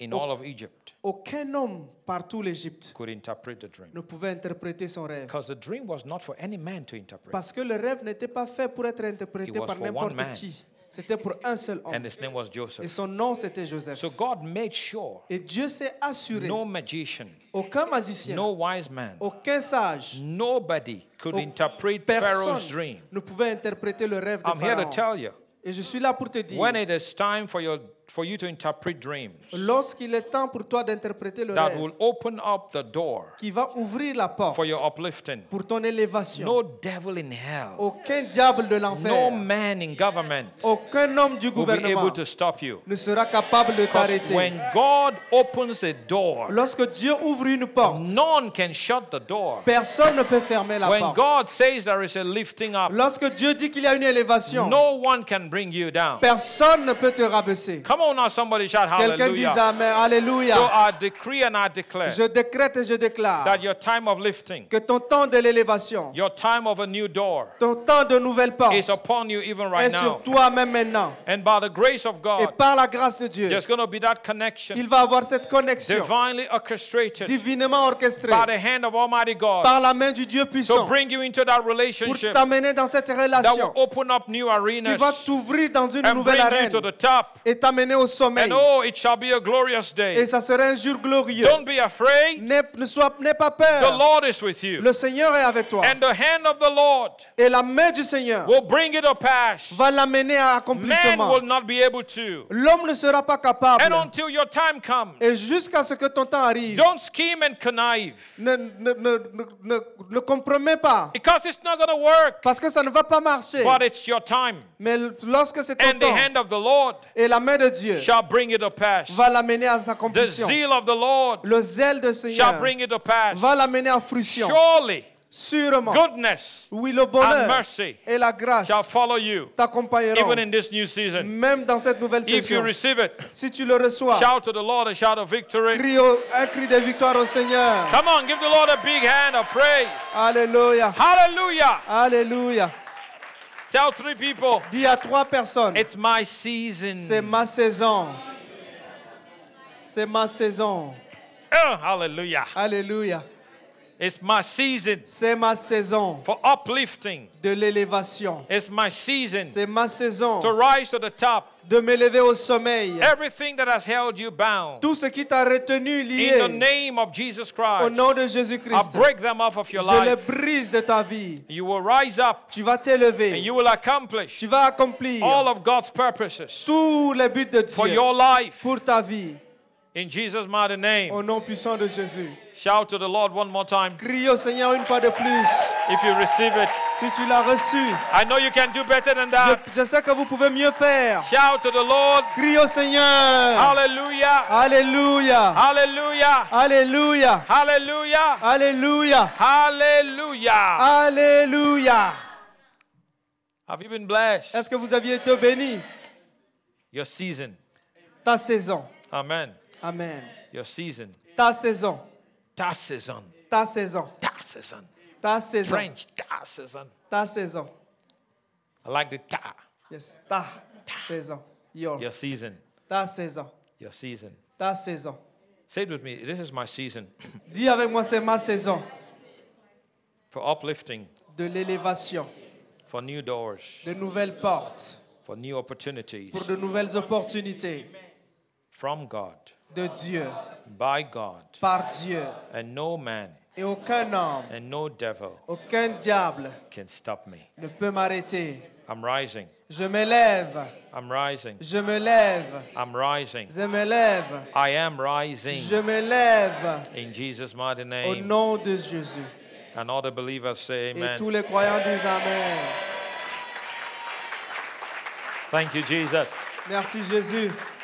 S1: in all of Egypt
S2: Aucun homme partout l'Égypte
S1: could interpret the dream.
S2: ne pouvait interpréter son rêve.
S1: Because the dream was not for any man to interpret.
S2: Parce que le rêve n'était pas fait pour être
S1: It
S2: interprété
S1: was
S2: par
S1: for one
S2: n'importe
S1: man.
S2: qui. C'était pour un seul
S1: And
S2: homme.
S1: his name was
S2: Et
S1: Joseph.
S2: son nom, c'était Joseph.
S1: So God made sure
S2: Et Dieu s'est assuré,
S1: no magician,
S2: aucun magicien,
S1: no wise man,
S2: aucun sage,
S1: nobody could interpret Pharaoh's
S2: personne
S1: dream.
S2: ne pouvait interpréter le rêve de
S1: I'm here to
S2: Pharaon.
S1: tell you,
S2: Et je suis là pour te dire,
S1: when it is time for your for you to interpret dreams
S2: Lorsqu'il est temps pour toi d'interpréter le
S1: that
S2: rêve
S1: will open up the door
S2: qui va ouvrir la porte
S1: for your uplifting.
S2: pour ton élévation,
S1: No devil in hell,
S2: aucun diable de
S1: no
S2: l'enfer,
S1: man in government
S2: aucun homme du
S1: will be able
S2: Oh, gouvernement
S1: to stop you.
S2: ne sera capable de
S1: 'Cause
S2: t'arrêter.
S1: when God opens the door,
S2: Lorsque Dieu ouvre une porte,
S1: none can shut the door.
S2: personne ne peut fermer la
S1: When
S2: porte.
S1: God says there is a lifting up,
S2: Lorsque Dieu dit qu'il y a une élévation,
S1: no one can bring you down.
S2: personne ne peut te rabaisser.
S1: Come on now, somebody shout
S2: Quelqu'un dit
S1: hallelujah.
S2: Amen,
S1: So
S2: Alléluia.
S1: I decree and I declare
S2: Je décrète et je déclare
S1: that your time of lifting,
S2: que ton temps de l'élévation,
S1: your time of a new door
S2: ton temps de nouvelle porte
S1: is upon you even right
S2: est sur
S1: now.
S2: toi même maintenant.
S1: And by the grace of
S2: Et
S1: God,
S2: par la grâce de Dieu,
S1: there's going to be that
S2: il
S1: connection
S2: va avoir cette connexion
S1: divinely orchestrated
S2: divinement orchestrée
S1: by the hand of Almighty God
S2: par la main du Dieu
S1: to
S2: puissant
S1: bring you into that
S2: pour
S1: relationship
S2: t'amener dans cette
S1: that will
S2: relation
S1: open up new
S2: qui
S1: arenas
S2: va t'ouvrir dans une
S1: and
S2: nouvelle
S1: bring you
S2: arène
S1: to the top.
S2: et t'amener au sommet.
S1: And oh, it shall be a glorious
S2: Et
S1: day.
S2: ça sera un jour glorieux.
S1: Don't be afraid.
S2: N'aie ne sois- n'aie pas
S1: The
S2: peur.
S1: Lord is with you.
S2: Le Seigneur est avec toi.
S1: And the hand of the Lord
S2: Et la main du Seigneur
S1: will bring it to pass.
S2: va l'amener à
S1: Man
S2: accomplissement.
S1: will not be able to.
S2: L'homme ne sera pas
S1: And
S2: capable.
S1: until your time comes,
S2: Et jusqu'à ce que ton temps arrive,
S1: don't scheme and connive
S2: ne, ne, ne, ne, ne, ne compromets pas.
S1: because it's not going to work.
S2: Parce que ça ne va pas marcher.
S1: But it's your time.
S2: Mais l- lorsque c'est ton
S1: And the
S2: temps,
S1: hand of the Lord
S2: et la main de Dieu
S1: shall bring it to pass.
S2: va l'amener à sa
S1: The
S2: complétion.
S1: zeal of the Lord
S2: Le zèle de
S1: shall
S2: Seigneur
S1: bring it to pass.
S2: va l'amener à fruition.
S1: Surely,
S2: Sûrement.
S1: goodness
S2: Oui, le
S1: and
S2: bonheur
S1: mercy
S2: et la grâce
S1: shall follow you, even
S2: t'accompagneront.
S1: in this new season.
S2: Même dans cette nouvelle
S1: If you
S2: saison,
S1: receive it,
S2: si tu le reçois,
S1: shout to the Lord and shout of victory.
S2: crie au- un cri de victoire au Seigneur.
S1: Come on, give the Lord a big hand of praise.
S2: Alléluia.
S1: Hallelujah.
S2: Alléluia.
S1: Tell three people,
S2: Dis à trois personnes,
S1: it's my
S2: c'est
S1: season.
S2: ma saison. C'est ma saison.
S1: Oh, hallelujah.
S2: Alléluia.
S1: It's my season
S2: C'est ma saison
S1: for uplifting.
S2: de l'élévation.
S1: It's my season
S2: C'est ma saison
S1: to rise to the top.
S2: de m'élever au sommeil.
S1: Everything that has held you bound,
S2: Tout ce qui t'a retenu
S1: in the
S2: lié
S1: name of Jesus
S2: au
S1: Christ,
S2: nom de
S1: I
S2: Jésus-Christ,
S1: break them off of your
S2: Oh, je le
S1: life.
S2: brise de ta vie.
S1: You will rise up
S2: Tu vas
S1: and
S2: t'élever.
S1: you will accomplish
S2: Tu vas accomplir
S1: all of God's purposes
S2: tous les buts de
S1: for
S2: Dieu
S1: your life.
S2: pour ta vie.
S1: In Jesus' mighty name.
S2: Au nom puissant de Jésus.
S1: Shout to the Lord one more time
S2: Crie au Seigneur une fois de plus.
S1: if you receive it.
S2: Si tu l'as reçu,
S1: I know you can do better than that.
S2: je, je sais que vous pouvez mieux faire.
S1: Shout to the Lord.
S2: Crie au Seigneur.
S1: Hallelujah.
S2: Alléluia.
S1: Hallelujah.
S2: Alléluia.
S1: Hallelujah.
S2: Alléluia.
S1: Hallelujah.
S2: Alléluia.
S1: Have you been blessed?
S2: Est-ce que vous aviez été béni?
S1: Your season.
S2: Ta saison.
S1: Amen.
S2: Amen.
S1: Your season.
S2: Ta saison.
S1: Ta saison.
S2: Ta saison.
S1: Ta saison.
S2: Ta saison.
S1: French. Ta saison.
S2: Ta saison.
S1: I like the ta.
S2: Yes. Ta saison. Yo.
S1: Your season.
S2: Ta saison.
S1: Your season.
S2: Ta saison.
S1: Say it with me. This is my season
S2: Dis avec moi, c'est ma saison
S1: for uplifting,
S2: de l'élévation,
S1: for new doors,
S2: de nouvelles portes,
S1: for new opportunities
S2: pour de nouvelles opportunités
S1: from God,
S2: de Dieu,
S1: by God,
S2: par Dieu.
S1: and no man
S2: Et aucun homme,
S1: and no devil
S2: aucun diable
S1: can stop me.
S2: ne peut m'arrêter.
S1: I'm rising.
S2: Je me lève,
S1: I'm rising.
S2: je me lève,
S1: I'm rising.
S2: je me lève,
S1: I am rising
S2: je me lève
S1: in Jesus' mighty
S2: au
S1: name.
S2: nom de Jésus.
S1: And all the believers say
S2: Et tous
S1: amen.
S2: les croyants disent Amen.
S1: Thank you, Jesus.
S2: Merci Jésus.